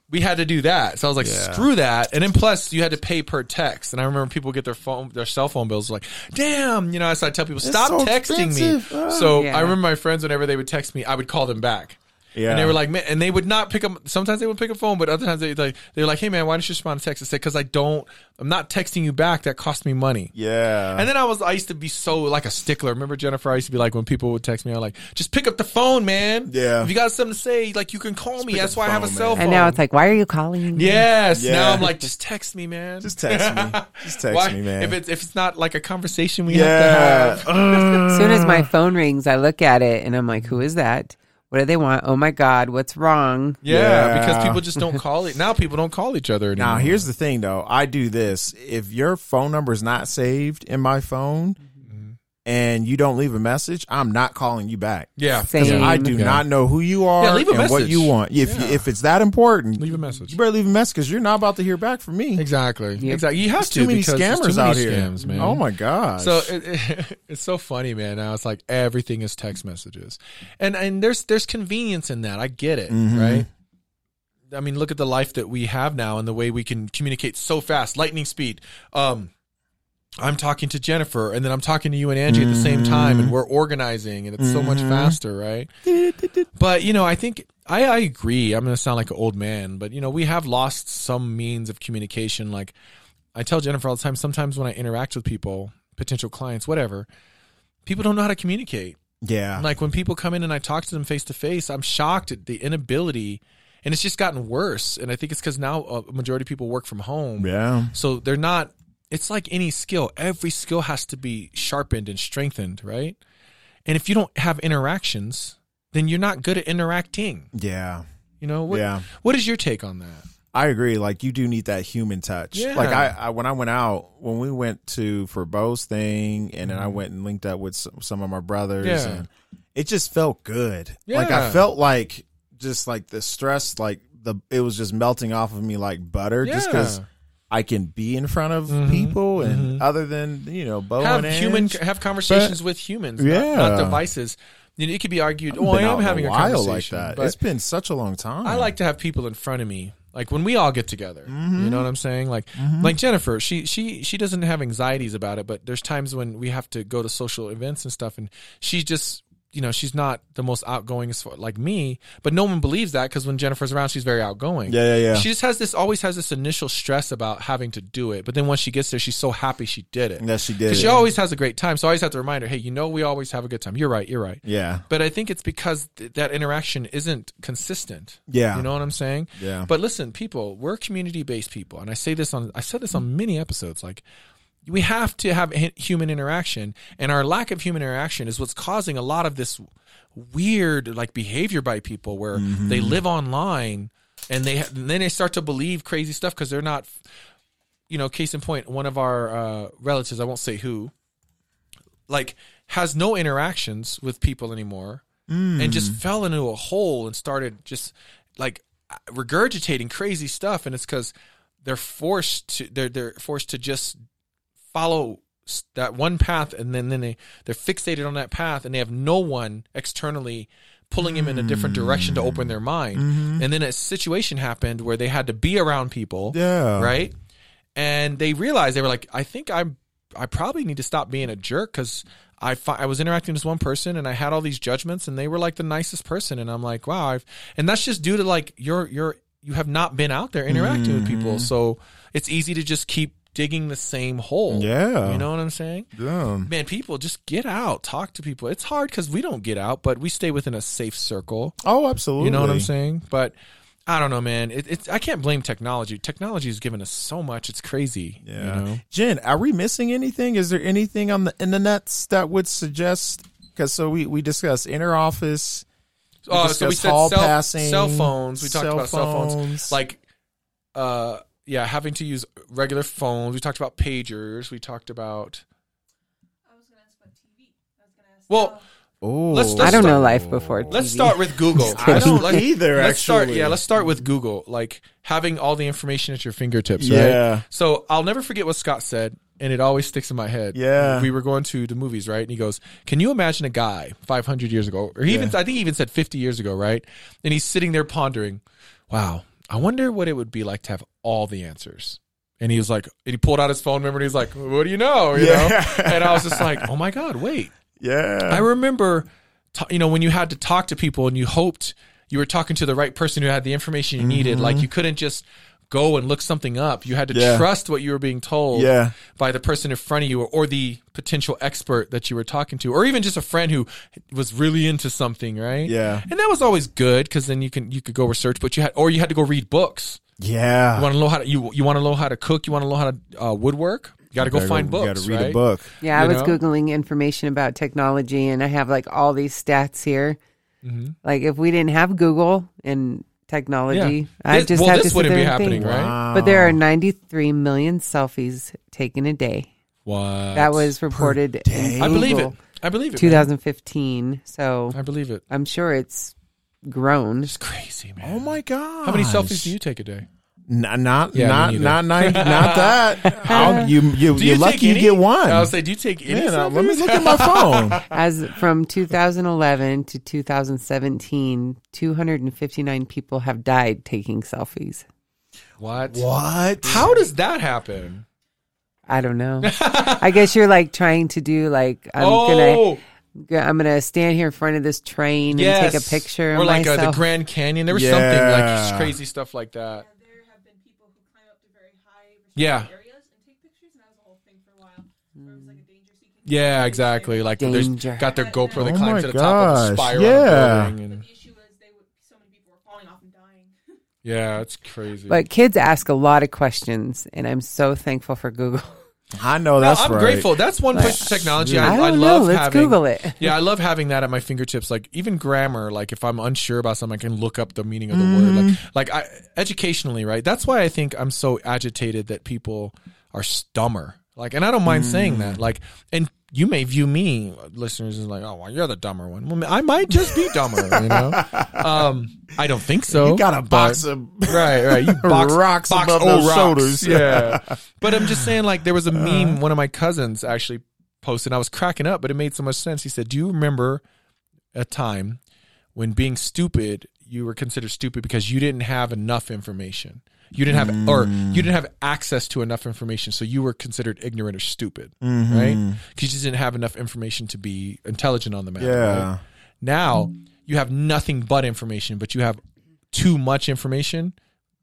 [SPEAKER 1] we had to do that. So I was like,
[SPEAKER 2] Yeah.
[SPEAKER 1] screw that. And then plus you had to pay per text. And I remember people get their phone their cell phone bills like, damn, you know, so I tell people, stop
[SPEAKER 2] so
[SPEAKER 1] texting
[SPEAKER 2] expensive.
[SPEAKER 1] me.
[SPEAKER 2] Ah.
[SPEAKER 1] So
[SPEAKER 3] Yeah.
[SPEAKER 1] I remember my friends whenever they would text me, I would call them back.
[SPEAKER 2] Yeah.
[SPEAKER 1] And they were like, man, and they would not pick up. Sometimes they would pick up phone, but other times they like they were like, hey man, why didn't you respond to text? I said, because I don't, I'm not texting you back. That cost me money.
[SPEAKER 2] Yeah.
[SPEAKER 1] And then I was, I used to be so like a stickler. Remember Jennifer? I used to be like when people would text me, I'm like, just pick up the phone, man.
[SPEAKER 2] Yeah.
[SPEAKER 1] If you got something to say, like you can call me.
[SPEAKER 2] pick
[SPEAKER 1] That's
[SPEAKER 2] up
[SPEAKER 1] why
[SPEAKER 2] the
[SPEAKER 1] I have a
[SPEAKER 2] phone,
[SPEAKER 1] cell
[SPEAKER 2] man.
[SPEAKER 1] phone.
[SPEAKER 3] And now it's like, why are you calling me?
[SPEAKER 1] yes.
[SPEAKER 2] Yeah.
[SPEAKER 1] Now I'm like, just text me, man.
[SPEAKER 2] Just text me. Just text me, man.
[SPEAKER 1] If it's if it's not like a conversation we
[SPEAKER 2] yeah.
[SPEAKER 1] have to have.
[SPEAKER 2] Uh,
[SPEAKER 3] As soon as my phone rings, I look at it and I'm like, who is that? What do they want? Oh my God, what's wrong?
[SPEAKER 1] Yeah,
[SPEAKER 2] Yeah.
[SPEAKER 1] because people just don't call it. Now people don't call each other anymore.
[SPEAKER 2] Now, here's the thing, though. I do this. If your phone number is not saved in my phone
[SPEAKER 1] Mm-hmm.
[SPEAKER 2] and you don't leave a message, I'm not calling you back.
[SPEAKER 1] yeah.
[SPEAKER 3] Same.
[SPEAKER 2] I do
[SPEAKER 1] Yeah.
[SPEAKER 2] not know who you are
[SPEAKER 1] Yeah, leave a
[SPEAKER 2] and what
[SPEAKER 1] message.
[SPEAKER 2] you want. If
[SPEAKER 1] Yeah.
[SPEAKER 2] if it's that important,
[SPEAKER 1] Leave a message.
[SPEAKER 2] You better leave a message because you're not about to hear back from me.
[SPEAKER 1] Exactly. Exactly. You have
[SPEAKER 2] There's
[SPEAKER 1] to
[SPEAKER 2] too many
[SPEAKER 1] because there's
[SPEAKER 2] scammers
[SPEAKER 1] too many
[SPEAKER 2] out here.
[SPEAKER 1] Scams, man.
[SPEAKER 2] Oh my gosh.
[SPEAKER 1] So it, it- it's so funny, man. Now it's like everything is text messages, and and there's there's convenience in that. I get it, right? I mean, look at the life that we have now and the way we can communicate so fast, lightning speed. Um, I'm talking to Jennifer, and then I'm talking to you and Angie at the same time, and we're organizing, and it's so much faster, right? But you know, I think I, I agree. I'm going to sound like an old man, but you know, we have lost some means of communication. Like I tell Jennifer all the time. Sometimes when I interact with people, potential clients, whatever, people don't know how to communicate.
[SPEAKER 2] yeah.
[SPEAKER 1] Like when people come in and I talk to them face to face, I'm shocked at the inability, and it's just gotten worse. And I think it's because now a majority of people work from home.
[SPEAKER 2] yeah.
[SPEAKER 1] So they're not. It's like any skill. Every skill has to be sharpened and strengthened, right? And if you don't have interactions, then you're not good at interacting.
[SPEAKER 2] Yeah.
[SPEAKER 1] You know what?
[SPEAKER 2] Yeah.
[SPEAKER 1] What is your take on that?
[SPEAKER 2] I agree. Like you do need that human touch.
[SPEAKER 1] Yeah.
[SPEAKER 2] Like I, I, when I went out, when we went to for Bo's thing, and then I went and linked up with some, some of my brothers,
[SPEAKER 1] Yeah.
[SPEAKER 2] and it just felt good. Like I
[SPEAKER 1] Yeah.
[SPEAKER 2] felt like just like the stress, like the it was just melting off of me like butter, just because
[SPEAKER 1] Yeah.
[SPEAKER 2] I can be in front of people, and other than you know Bo
[SPEAKER 1] have
[SPEAKER 2] and
[SPEAKER 1] human
[SPEAKER 2] Ange.
[SPEAKER 1] have conversations with humans,
[SPEAKER 2] Yeah.
[SPEAKER 1] not, not devices. You know, it could be argued.
[SPEAKER 2] I've
[SPEAKER 1] Well, I
[SPEAKER 2] been out
[SPEAKER 1] am
[SPEAKER 2] in
[SPEAKER 1] having a,
[SPEAKER 2] while
[SPEAKER 1] conversation,
[SPEAKER 2] like that.
[SPEAKER 1] but
[SPEAKER 2] It's been such a long time.
[SPEAKER 1] I like to have people in front of me Like when we all get together,
[SPEAKER 2] Mm-hmm.
[SPEAKER 1] you know what I'm saying? Like, like Jennifer, she she she doesn't have anxieties about it, but there's times when we have to go to social events and stuff, and she just, you know, she's not the most outgoing as far, like me, but no one believes that because when Jennifer's around, she's very outgoing.
[SPEAKER 2] Yeah, yeah, yeah.
[SPEAKER 1] She just has this always has this initial stress about having to do it, but then once she gets there, she's so happy she did it.
[SPEAKER 2] That she did
[SPEAKER 1] 'Cause She
[SPEAKER 2] it.
[SPEAKER 1] always has a great time, so I always have to remind her, hey, you know, we always have a good time. You're right. You're right.
[SPEAKER 2] Yeah.
[SPEAKER 1] But I think it's because th- that interaction isn't consistent.
[SPEAKER 2] Yeah.
[SPEAKER 1] You know what I'm saying?
[SPEAKER 2] Yeah.
[SPEAKER 1] But listen, people, we're community based people. And I say this on, I said this on many episodes. Like, we have to have h- human interaction. And our lack of human interaction is what's causing a lot of this weird, like, behavior by people where
[SPEAKER 2] Mm-hmm.
[SPEAKER 1] they live online and they, ha- and then they start to believe crazy stuff because they're not, you know, case in point, one of our uh, relatives, I won't say who, like has no interactions with people anymore and just fell into a hole and started just like regurgitating crazy stuff and it's cuz they're forced to they're they're forced to just follow s- that one path and then then they they're fixated on that path and they have no one externally pulling them in a different direction to open their mind and then a situation happened where they had to be around people
[SPEAKER 2] Yeah.
[SPEAKER 1] right and they realized they were like i think i'm i probably need to stop being a jerk because I, fi- I was interacting with this one person and i had all these judgments and they were like the nicest person and i'm like wow I've, and that's just due to like you're you're you have not been out there interacting with people so it's easy to just keep digging the same hole
[SPEAKER 2] Yeah.
[SPEAKER 1] you know what i'm saying
[SPEAKER 2] Yeah.
[SPEAKER 1] man people just get out talk to people it's hard because we don't get out but we stay within a safe circle
[SPEAKER 2] Oh, absolutely.
[SPEAKER 1] you know what I'm saying? But I don't know, man. It, it's I can't blame technology. Technology has given us so much. It's crazy. you
[SPEAKER 2] Yeah.
[SPEAKER 1] know?
[SPEAKER 2] Jen, are we missing anything? Is there anything on the internets that would suggest? Because so we we discussed inner office. We
[SPEAKER 1] Oh, so we
[SPEAKER 2] discussed
[SPEAKER 1] said
[SPEAKER 2] hall
[SPEAKER 1] cell,
[SPEAKER 2] passing,
[SPEAKER 1] cell phones. We talked
[SPEAKER 2] cell
[SPEAKER 1] about cell
[SPEAKER 2] phones.
[SPEAKER 1] phones. Like, uh, yeah, having to use regular phones. We talked about pagers. We talked about.
[SPEAKER 4] I was gonna ask about TV. I was gonna ask.
[SPEAKER 1] Well,
[SPEAKER 2] Oh,
[SPEAKER 1] Let's-
[SPEAKER 3] I
[SPEAKER 1] let's
[SPEAKER 3] don't know
[SPEAKER 1] start-
[SPEAKER 3] life before. TV.
[SPEAKER 1] Let's start with Google.
[SPEAKER 3] Just kidding.
[SPEAKER 2] I don't either,
[SPEAKER 1] Let's start.
[SPEAKER 2] actually.
[SPEAKER 1] Yeah, let's start with Google. Like having all the information at your fingertips. Right?
[SPEAKER 2] Yeah.
[SPEAKER 1] So I'll never forget what Scott said, and it always sticks in my head.
[SPEAKER 2] Yeah.
[SPEAKER 1] We were going to the movies, right? And he goes, "Can you imagine a guy 500 years ago, or he even I think he even said 50 years ago, right?" And he's sitting there pondering, "Wow, I wonder what it would be like to have all the answers." And he was like, and he pulled out his phone, remember, and he's like, "What do you know?" You
[SPEAKER 2] Yeah.
[SPEAKER 1] know. And I was just like, "Oh my god, wait."
[SPEAKER 2] yeah.
[SPEAKER 1] I remember, t- you know, when you had to talk to people and you hoped you were talking to the right person who had the information you needed. Like you couldn't just go and look something up. You had to
[SPEAKER 2] Mm-hmm. Yeah.
[SPEAKER 1] trust what you were being told
[SPEAKER 2] Yeah.
[SPEAKER 1] by the person in front of you or, or the potential expert that you were talking to, or even just a friend who was really into something, right?
[SPEAKER 2] Yeah.
[SPEAKER 1] And that was always good because then you can you could go research, but you had or you had to go read books.
[SPEAKER 2] yeah.
[SPEAKER 1] You want to know how to you you want to know how to cook. You want to know how to uh, woodwork. You got to go
[SPEAKER 2] Gotta
[SPEAKER 1] find books.
[SPEAKER 2] Gotta read a
[SPEAKER 1] right?
[SPEAKER 2] book.
[SPEAKER 3] Yeah, I
[SPEAKER 1] you
[SPEAKER 3] was
[SPEAKER 1] know?
[SPEAKER 3] googling information about technology, and I have like all these stats here.
[SPEAKER 1] Mm-hmm.
[SPEAKER 3] Like, if we didn't have Google and technology,
[SPEAKER 1] Yeah.
[SPEAKER 3] I
[SPEAKER 1] This-
[SPEAKER 3] just
[SPEAKER 1] well,
[SPEAKER 3] have
[SPEAKER 1] this
[SPEAKER 3] to sit
[SPEAKER 1] wouldn't
[SPEAKER 3] there
[SPEAKER 1] be
[SPEAKER 3] and
[SPEAKER 1] happening,
[SPEAKER 3] think.
[SPEAKER 1] right?
[SPEAKER 3] But there are 93 million selfies taken a day.
[SPEAKER 1] What?
[SPEAKER 3] That was reported in
[SPEAKER 1] I believe it.
[SPEAKER 3] Google
[SPEAKER 1] I believe it. man.
[SPEAKER 3] 2015. So
[SPEAKER 1] I believe it.
[SPEAKER 3] I'm sure it's grown.
[SPEAKER 1] It's crazy, man.
[SPEAKER 2] Oh my god!
[SPEAKER 1] How many selfies do you take a day?
[SPEAKER 2] N- not
[SPEAKER 1] Yeah, me neither.
[SPEAKER 2] not not not not that. I'll, you you
[SPEAKER 1] Do
[SPEAKER 2] you're
[SPEAKER 1] take
[SPEAKER 2] lucky
[SPEAKER 1] any?
[SPEAKER 2] you get one.
[SPEAKER 1] I would say, do you take any?
[SPEAKER 2] Man, uh,
[SPEAKER 1] selfies?
[SPEAKER 2] let me look at my phone.
[SPEAKER 3] As from 2011 to 2017, 259 people have died taking selfies.
[SPEAKER 1] What?
[SPEAKER 2] what?
[SPEAKER 1] How does that happen?
[SPEAKER 3] I don't know. I guess you're like trying to do like I'm
[SPEAKER 1] oh,
[SPEAKER 3] gonna I'm gonna stand here in front of this train and
[SPEAKER 1] yes.
[SPEAKER 3] take a picture
[SPEAKER 1] Or
[SPEAKER 3] of
[SPEAKER 1] like uh,
[SPEAKER 3] myself.
[SPEAKER 1] the Grand Canyon. There was
[SPEAKER 2] Yeah.
[SPEAKER 1] something like crazy stuff like that.
[SPEAKER 4] Yeah, there have been people who climb up to very high restricted
[SPEAKER 1] Yeah.
[SPEAKER 4] areas and take pictures, and that was a whole thing for a while. Where it was like a danger seeking.
[SPEAKER 1] Mm. Yeah, exactly. Like there's
[SPEAKER 3] Danger.
[SPEAKER 1] got their GoPro, they
[SPEAKER 2] Oh
[SPEAKER 1] climb
[SPEAKER 2] my
[SPEAKER 1] to the top of
[SPEAKER 2] gosh,
[SPEAKER 1] the spiral
[SPEAKER 2] yeah.
[SPEAKER 1] building,
[SPEAKER 4] But
[SPEAKER 1] and
[SPEAKER 4] the issue was they would so many people were falling off and dying.
[SPEAKER 1] yeah, it's crazy.
[SPEAKER 3] but kids ask a lot of questions, and I'm so thankful for Google.
[SPEAKER 2] I know
[SPEAKER 1] No,
[SPEAKER 2] that's
[SPEAKER 1] I'm
[SPEAKER 2] right.
[SPEAKER 1] grateful. That's one push of technology I,
[SPEAKER 3] I
[SPEAKER 1] I,
[SPEAKER 3] don't know.
[SPEAKER 1] love
[SPEAKER 3] Let's
[SPEAKER 1] having.
[SPEAKER 3] Google it.
[SPEAKER 1] Yeah, I love having that at my fingertips. Like even grammar. Like if I'm unsure about something, I can look up the meaning of the word. Like like I, educationally, right? That's why I think I'm so agitated that people are stummer. Like, and I don't mind saying that. Like, and you may view me, listeners, as like, oh, well, you're the dumber one. Well, I might just be dumber. you know, um, I don't think so.
[SPEAKER 2] You got a box
[SPEAKER 1] but-
[SPEAKER 2] of
[SPEAKER 1] right, right. You box,
[SPEAKER 2] Rocks
[SPEAKER 1] box
[SPEAKER 2] above
[SPEAKER 1] old
[SPEAKER 2] those
[SPEAKER 1] rocks.
[SPEAKER 2] shoulders.
[SPEAKER 1] Yeah, Uh-huh. but I'm just saying, like, there was a meme one of my cousins actually posted. and I was cracking up, but it made so much sense. He said, "Do you remember a time when being stupid you were considered stupid because you didn't have enough information. You didn't have or you didn't have access to enough information, so you were considered ignorant or stupid, right? Because you didn't have enough information to be intelligent on the matter.
[SPEAKER 2] Yeah.
[SPEAKER 1] right? Now you have nothing but information, but you have too much information.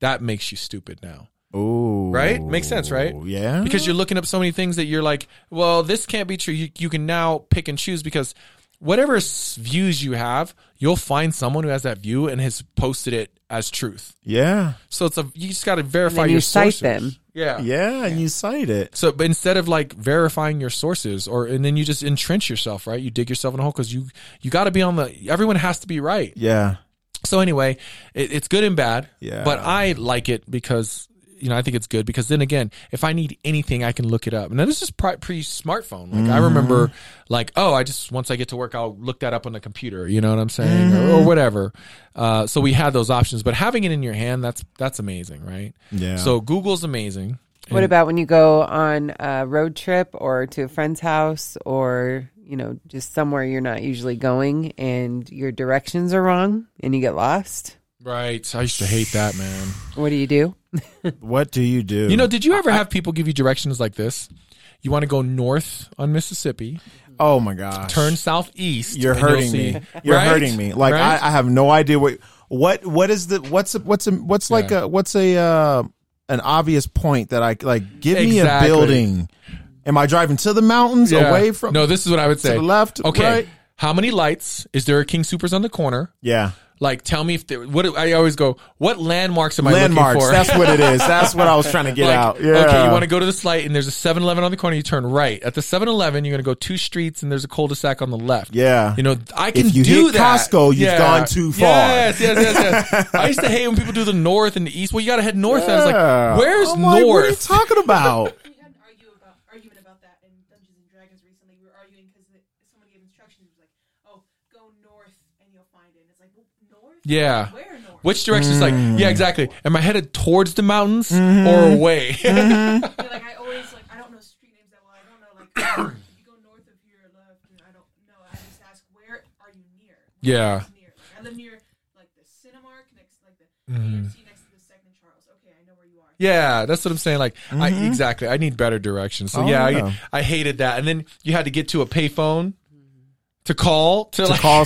[SPEAKER 1] That makes you stupid now.
[SPEAKER 2] Oh,
[SPEAKER 1] Right? Makes sense, right?
[SPEAKER 2] Yeah,
[SPEAKER 1] because you're looking up so many things that you're like, well, this can't be true. You, you can now pick and choose because whatever s- views you have, you'll find someone who has that view and has posted it as truth.
[SPEAKER 2] yeah,
[SPEAKER 1] So it's a you just got to verify
[SPEAKER 3] then
[SPEAKER 1] your
[SPEAKER 3] you cite
[SPEAKER 1] sources.
[SPEAKER 3] them.
[SPEAKER 1] Yeah.
[SPEAKER 2] yeah, and you cite it.
[SPEAKER 1] So, but instead of like verifying your sources, or and then you just entrench yourself, right? You dig yourself in a hole because you you got to be on the. Everyone has to be right.
[SPEAKER 2] Yeah,
[SPEAKER 1] So anyway, it, it's good and bad.
[SPEAKER 2] Yeah.
[SPEAKER 1] But I like it because you know I think it's good because then again, if I need anything, I can look it up. And this is pri- pre smartphone. Like
[SPEAKER 2] Mm-hmm.
[SPEAKER 1] I remember, like oh, I just once I get to work, I'll look that up on the computer. You know what I'm saying, or, or
[SPEAKER 2] Mm-hmm.
[SPEAKER 1] whatever. Uh, so we had those options, but having it in your hand, that's that's amazing, right?
[SPEAKER 2] Yeah.
[SPEAKER 1] So Google's amazing.
[SPEAKER 3] What about when you go on a road trip or to a friend's house or, you know, just somewhere you're not usually going and your directions are wrong and you get lost?
[SPEAKER 1] Right. I used to hate that man.
[SPEAKER 3] What do you do?
[SPEAKER 2] what do you do?
[SPEAKER 1] You know, did you ever have people give you directions like this? You want to go north on Mississippi.
[SPEAKER 2] oh my gosh,
[SPEAKER 1] turn southeast.
[SPEAKER 2] You're
[SPEAKER 1] and you'll
[SPEAKER 2] hurting
[SPEAKER 1] see-
[SPEAKER 2] me. You're
[SPEAKER 1] Right?
[SPEAKER 2] hurting me. Like
[SPEAKER 1] Right?
[SPEAKER 2] I, I have no idea what what what is the what's a, what's a, what's like
[SPEAKER 1] Yeah.
[SPEAKER 2] a what's a uh, an obvious point that I like. Give me a
[SPEAKER 1] Exactly.
[SPEAKER 2] building. Am I driving to the mountains
[SPEAKER 1] Yeah.
[SPEAKER 2] away from?
[SPEAKER 1] No, this is what I would say.
[SPEAKER 2] the left,
[SPEAKER 1] Okay.
[SPEAKER 2] right.
[SPEAKER 1] How many lights? Is there a King Supers on the corner?
[SPEAKER 2] yeah,
[SPEAKER 1] Like, tell me if there, what I always go. What landmarks am I
[SPEAKER 2] landmarks.
[SPEAKER 1] looking for?
[SPEAKER 2] That's what it is. That's what I was trying to get
[SPEAKER 1] Like,
[SPEAKER 2] out. Yeah.
[SPEAKER 1] Okay, you want to go to this light, and there's a 7-Eleven on the corner. You turn right at the 7-Eleven. You're going to go two streets, and there's a cul-de-sac on the left.
[SPEAKER 2] Yeah.
[SPEAKER 1] you know I can
[SPEAKER 2] you
[SPEAKER 1] do
[SPEAKER 2] hit
[SPEAKER 1] that.
[SPEAKER 2] Costco, you've gone too far.
[SPEAKER 1] Yes, yes, yes, yes. I used to hate when people do the north and the east. Well, you got to head north. And I was
[SPEAKER 2] Yeah.
[SPEAKER 1] like, where's
[SPEAKER 2] I'm
[SPEAKER 1] north?
[SPEAKER 2] like, what are you talking about?
[SPEAKER 4] We had an argue about, argument about that in Dungeons and Dragons recently. We were arguing because someone gave instructions. It was like, "Oh, go north and you'll find it." And it's like, well, north?
[SPEAKER 1] Yeah.
[SPEAKER 4] Where north?
[SPEAKER 1] Which direction is like,
[SPEAKER 2] Mm.
[SPEAKER 1] yeah, exactly. Am I headed towards the mountains
[SPEAKER 2] Mm-hmm.
[SPEAKER 1] or away?
[SPEAKER 4] You're like, I always like, I don't know street names that well. I don't know like, if you go north of here or left, and I don't know. I just ask, where are you near? Where
[SPEAKER 1] Yeah.
[SPEAKER 4] is Near? Like, I live near like the Cinemark next, like the PNC next to the Second Charles. Okay, I know where you are.
[SPEAKER 1] Mm-hmm. yeah, that's what I'm saying. Like, I, exactly. I need better direction. So
[SPEAKER 2] Mm-hmm. Oh,
[SPEAKER 1] yeah,
[SPEAKER 2] yeah.
[SPEAKER 1] I, I hated that. And then you had to get to a payphone to call to,
[SPEAKER 2] to
[SPEAKER 1] like,
[SPEAKER 2] call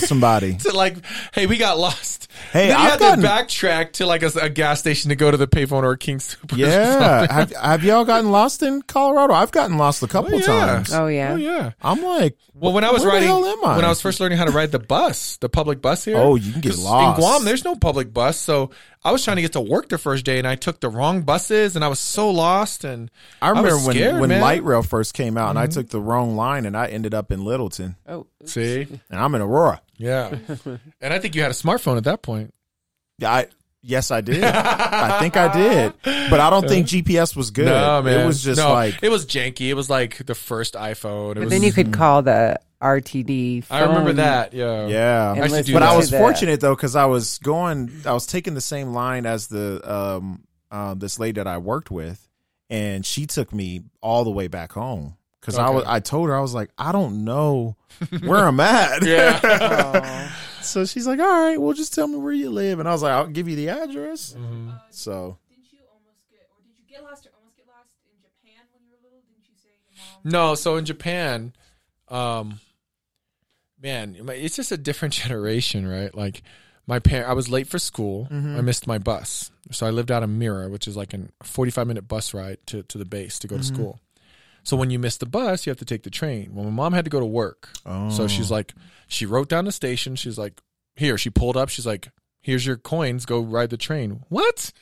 [SPEAKER 2] somebody.
[SPEAKER 1] to like, hey, we got lost.
[SPEAKER 2] Hey,
[SPEAKER 1] then you
[SPEAKER 2] I've
[SPEAKER 1] had
[SPEAKER 2] gotten-
[SPEAKER 1] to backtrack to like a, a gas station to go to the payphone or a King Super.
[SPEAKER 2] Yeah. have, have y'all gotten lost in Colorado? I've gotten lost a couple
[SPEAKER 1] yeah.
[SPEAKER 2] times.
[SPEAKER 3] Oh, yeah.
[SPEAKER 1] Oh yeah.
[SPEAKER 2] I'm like,
[SPEAKER 1] Well, when I was
[SPEAKER 2] where
[SPEAKER 1] riding,
[SPEAKER 2] the hell am I?
[SPEAKER 1] when I was first learning how to ride the bus, the public bus here.
[SPEAKER 2] Oh, you can get
[SPEAKER 1] 'Cause
[SPEAKER 2] lost.
[SPEAKER 1] in Guam. There's no public bus, so I was trying to get to work the first day, and I took the wrong buses, and I was so lost. And
[SPEAKER 2] I remember
[SPEAKER 1] was
[SPEAKER 2] when
[SPEAKER 1] scared,
[SPEAKER 2] when
[SPEAKER 1] man. Mm-hmm.
[SPEAKER 2] light rail first came out, and I took the wrong line, and I ended up in Littleton,
[SPEAKER 3] Oh,
[SPEAKER 1] See,
[SPEAKER 2] and I'm in Aurora.
[SPEAKER 1] yeah, and I think you had a smartphone at that point.
[SPEAKER 2] I yes, I did. I think I did, but I don't think GPS was good.
[SPEAKER 1] No, man,
[SPEAKER 2] It was just
[SPEAKER 1] No,
[SPEAKER 2] like
[SPEAKER 1] it was janky. It was like the first iPhone. It
[SPEAKER 3] but
[SPEAKER 1] was,
[SPEAKER 3] then you could call the RTD. Phone.
[SPEAKER 1] I remember that. Yeah,
[SPEAKER 2] yeah.
[SPEAKER 1] I used to do
[SPEAKER 2] but
[SPEAKER 1] that.
[SPEAKER 2] I was
[SPEAKER 3] to the-
[SPEAKER 2] fortunate though because I was going, I was taking the same line as the um, um this lady that I worked with, and she took me all the way back home because I
[SPEAKER 1] Okay.
[SPEAKER 2] was, I told her I was like, I don't know where I'm at.
[SPEAKER 1] Yeah.
[SPEAKER 3] Oh.
[SPEAKER 2] So she's like, all right, well, just tell me where you live, and I was like, I'll give you the address.
[SPEAKER 1] Mm-hmm.
[SPEAKER 4] Uh,
[SPEAKER 2] So
[SPEAKER 4] Didn't you almost get, or did you get lost, or almost get lost in Japan when you were little? Didn't you say your mom?
[SPEAKER 1] No, so in Japan, um, man, it's just a different generation, right? Like my parent, I was late for school. I missed my bus, so I lived out in Mira, which is like a forty-five minute bus ride to to the base to go to school. So when you miss the bus, you have to take the train. Well, my mom had to go to work, so she's like, she wrote down the station. She's like, here. She pulled up. She's like, here's your coins. Go ride the train. What?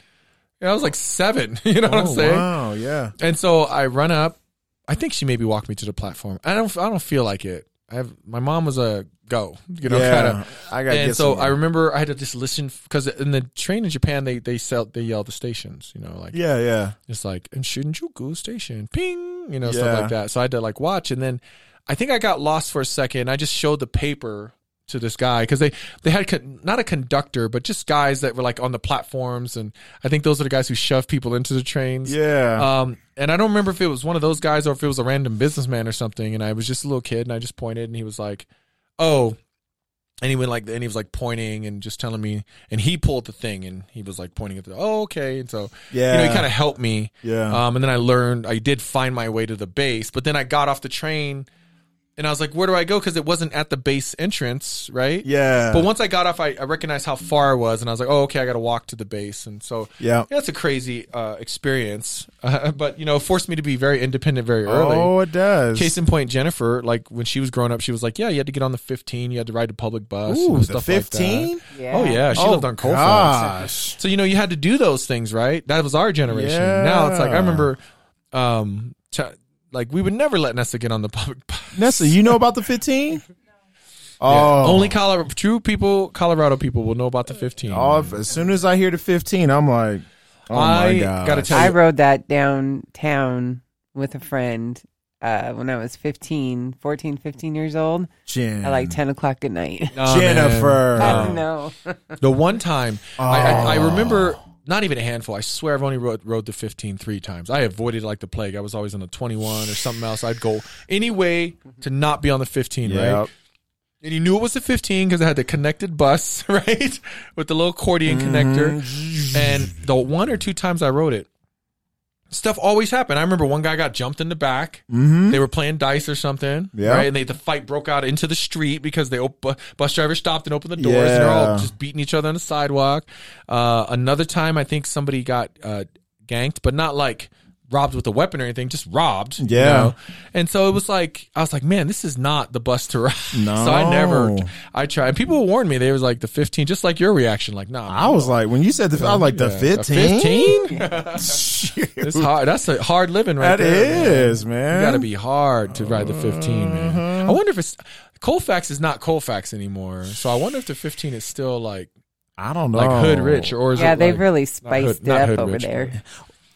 [SPEAKER 1] And I was like seven. You know what I'm
[SPEAKER 2] Oh,
[SPEAKER 1] saying?
[SPEAKER 2] wow, yeah,
[SPEAKER 1] And so I run up. I think she maybe walked me to the platform. I don't. I don't feel like it. I have my mom was a go, you know,
[SPEAKER 2] yeah.
[SPEAKER 1] kind of.
[SPEAKER 2] I got
[SPEAKER 1] And so I remember I had to just listen because in the train in Japan they they sell they yell the stations, you know, like
[SPEAKER 2] yeah, yeah.
[SPEAKER 1] it's like in Shinjuku station, ping, you know,
[SPEAKER 2] Yeah.
[SPEAKER 1] stuff like that. So I had to like watch, and then I think I got lost for a second. I just showed the paper to this guy because they they had con- not a conductor, but just guys that were like on the platforms, and I think those are the guys who shove people into the trains.
[SPEAKER 2] Yeah.
[SPEAKER 1] Um, and I don't remember if it was one of those guys or if it was a random businessman or something. And I was just a little kid, and I just pointed, and he was like, "Oh, and he went like, and he was like pointing and just telling me, and he pulled the thing and he was like pointing at the, oh, okay. And so, you know, he
[SPEAKER 2] Yeah.
[SPEAKER 1] kind of helped me.
[SPEAKER 2] Yeah.
[SPEAKER 1] Um, and then I learned, I did find my way to the base, but then I got off the train and I was like, where do I go? Cause it wasn't at the base entrance, right?
[SPEAKER 2] Yeah.
[SPEAKER 1] But once I got off, I, I recognized how far I was and I was like, oh, okay, I got to walk to the base. And so,
[SPEAKER 2] Yeah.
[SPEAKER 1] that's a crazy uh, experience. Uh, but, you know, it forced me to be very independent very early.
[SPEAKER 2] Oh, it does.
[SPEAKER 1] Case in point, Jennifer, like when she was growing up, she was like, "Yeah, you had to get on the 15, you had to ride the public bus,
[SPEAKER 2] Ooh,
[SPEAKER 1] and
[SPEAKER 2] the
[SPEAKER 1] stuff
[SPEAKER 2] fifteen.
[SPEAKER 1] like that." Oh yeah, she
[SPEAKER 2] oh,
[SPEAKER 1] lived on Colfax.
[SPEAKER 2] gosh.
[SPEAKER 1] So you know, you had to do those things, right? That was our generation.
[SPEAKER 2] Yeah.
[SPEAKER 1] Now it's like I remember, um, ch- like we would never let Nessa get on the public bus.
[SPEAKER 2] Nessa, you know about the fifteen? Oh,
[SPEAKER 1] Yeah. Only Colorado, true people, Colorado people will know about the 15.
[SPEAKER 2] Oh, if- as soon as I hear the fifteen, I'm like, oh
[SPEAKER 1] I
[SPEAKER 2] my god.
[SPEAKER 1] gotta tell
[SPEAKER 3] I
[SPEAKER 1] you,
[SPEAKER 3] rode that downtown with a friend uh, when I was 15, 14, 15 years old
[SPEAKER 2] Jen.
[SPEAKER 3] at
[SPEAKER 1] Mm.
[SPEAKER 3] like 10 o'clock at night.
[SPEAKER 1] Nah, Oh, man.
[SPEAKER 2] Jennifer.
[SPEAKER 3] I
[SPEAKER 1] Oh.
[SPEAKER 3] don't know.
[SPEAKER 1] The one time I, I, I remember, not even a handful. I swear, I've only rode, rode the 15 three times. I avoided like the plague. I was always on the 21 or something else. I'd go any way to not be on the 15,
[SPEAKER 2] Yep.
[SPEAKER 1] right? And you knew it was the 15 because it had the connected bus, right, with the little accordion
[SPEAKER 2] Mm-hmm.
[SPEAKER 1] connector. And the one or two times I rode it, stuff always happened. I remember one guy got jumped in the back. They were playing dice or something,
[SPEAKER 2] Mm-hmm. Yeah.
[SPEAKER 1] right? And they the fight broke out into the street because they op- bu- bus driver stopped and opened the doors, and they're all
[SPEAKER 2] Yeah.
[SPEAKER 1] just beating each other on the sidewalk. Uh, another time, I think somebody got uh, ganked, but not like robbed with a weapon or anything, just robbed. you
[SPEAKER 2] Yeah.
[SPEAKER 1] know? And so it was like I was like, man, this is not the bus to ride.
[SPEAKER 2] No.
[SPEAKER 1] so I never, I tried. People warned me. They was like the 15, just like your reaction, like nah.
[SPEAKER 2] I was like, when you said the, I was like the
[SPEAKER 1] yeah, the
[SPEAKER 2] fifteen.
[SPEAKER 1] 15? It's hard. That's a hard living right
[SPEAKER 2] That
[SPEAKER 1] there. man.
[SPEAKER 2] is, man. Uh-huh.
[SPEAKER 1] You got to be hard to ride the 15, man. I wonder if it's Colfax is not Colfax anymore. So I wonder if the 15 is still like
[SPEAKER 2] I don't know.
[SPEAKER 1] like hood rich or is
[SPEAKER 3] Yeah,
[SPEAKER 1] it
[SPEAKER 3] they
[SPEAKER 1] like-
[SPEAKER 3] really
[SPEAKER 1] hood-
[SPEAKER 3] spiced
[SPEAKER 1] not
[SPEAKER 3] it
[SPEAKER 1] hood
[SPEAKER 3] up over
[SPEAKER 1] rich,
[SPEAKER 3] there.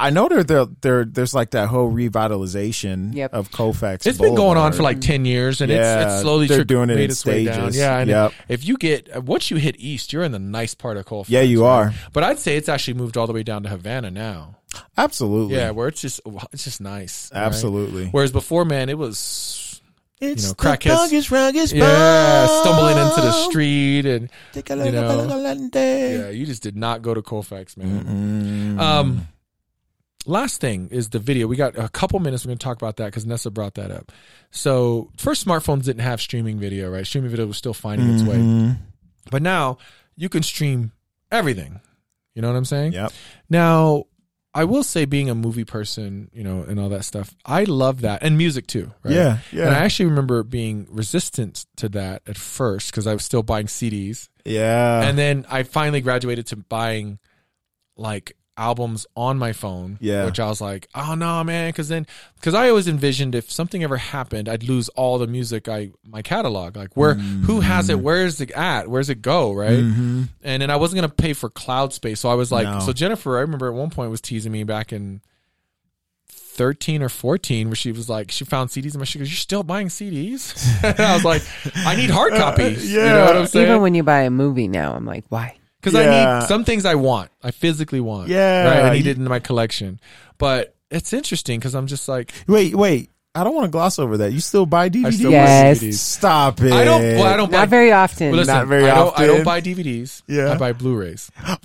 [SPEAKER 2] I know there, there, there, there's like that whole revitalization
[SPEAKER 3] Yep.
[SPEAKER 2] of Colfax.
[SPEAKER 1] It's been going on for
[SPEAKER 2] Boulevard.
[SPEAKER 1] like 10 years and it's,
[SPEAKER 2] Yeah,
[SPEAKER 1] it's slowly
[SPEAKER 2] they're
[SPEAKER 1] trick-
[SPEAKER 2] doing it
[SPEAKER 1] made
[SPEAKER 2] in
[SPEAKER 1] its way down.
[SPEAKER 2] stages.
[SPEAKER 1] Yeah, and
[SPEAKER 2] Yep.
[SPEAKER 1] if you get once you hit east, you're in the nice part of Colfax.
[SPEAKER 2] Yeah, you
[SPEAKER 1] right?
[SPEAKER 2] are.
[SPEAKER 1] But I'd say it's actually moved all the way down to Havana now.
[SPEAKER 2] absolutely,
[SPEAKER 1] Yeah, where it's just it's just nice. right?
[SPEAKER 2] absolutely.
[SPEAKER 1] Whereas before, man, it was
[SPEAKER 2] It's
[SPEAKER 1] you know,
[SPEAKER 2] the
[SPEAKER 1] crackheads-
[SPEAKER 2] doggiest, ruggest
[SPEAKER 1] yeah,
[SPEAKER 2] bomb.
[SPEAKER 1] stumbling into the street and
[SPEAKER 2] Take a
[SPEAKER 1] you
[SPEAKER 2] look,
[SPEAKER 1] know.
[SPEAKER 2] look, look, look, look,
[SPEAKER 1] Yeah,
[SPEAKER 2] look.
[SPEAKER 1] you just did not go to Colfax, man. Um, last thing is the video. We got a couple minutes. We're going to talk about that because Nessa brought that up. So first, smartphones didn't have streaming video, right? Streaming video was still finding its way,
[SPEAKER 2] Mhm.
[SPEAKER 1] but now you can stream everything. You know what I'm saying?
[SPEAKER 2] Yep.
[SPEAKER 1] Now, I will say, being a movie person, you know, and all that stuff, I love that, and music too. Right?
[SPEAKER 2] Yeah, yeah.
[SPEAKER 1] And I actually remember being resistant to that at first because I was still buying CDs
[SPEAKER 2] Yeah.
[SPEAKER 1] and then I finally graduated to buying like albums on my phone.
[SPEAKER 2] Yeah.
[SPEAKER 1] Which I was like, oh no, man, because then because I always envisioned if something ever happened, I'd lose all the music I my catalog. Like where who has
[SPEAKER 2] Mm.
[SPEAKER 1] it? Where is it at? Where's it go? Right. And then I wasn't gonna pay for cloud space, so I was like,
[SPEAKER 2] Mm-hmm. No.
[SPEAKER 1] so Jennifer, I remember at one point was teasing me back in. 13 or 14 where she was like she found CDs in my she goes you're still buying CDs and I was like I need hard copies you know
[SPEAKER 2] Uh, yeah.
[SPEAKER 1] what I'm saying
[SPEAKER 3] Even when you buy a movie now, I'm like, why?
[SPEAKER 1] because I
[SPEAKER 2] Yeah.
[SPEAKER 1] need some things I want. I physically want.
[SPEAKER 2] Yeah.
[SPEAKER 1] Right. I need it in my collection. But it's interesting because I'm just like
[SPEAKER 2] wait, wait. I don't want to gloss over that. You still buy DVDs?
[SPEAKER 1] I still
[SPEAKER 3] Yes.
[SPEAKER 1] buy DVDs.
[SPEAKER 2] Stop it.
[SPEAKER 1] I don't. Well, I don't buy.
[SPEAKER 3] Not very often.
[SPEAKER 1] well, listen,
[SPEAKER 2] Not very
[SPEAKER 1] I don't, I don't
[SPEAKER 2] often.
[SPEAKER 1] buy DVDs.
[SPEAKER 2] Yeah.
[SPEAKER 1] I buy Blu-rays.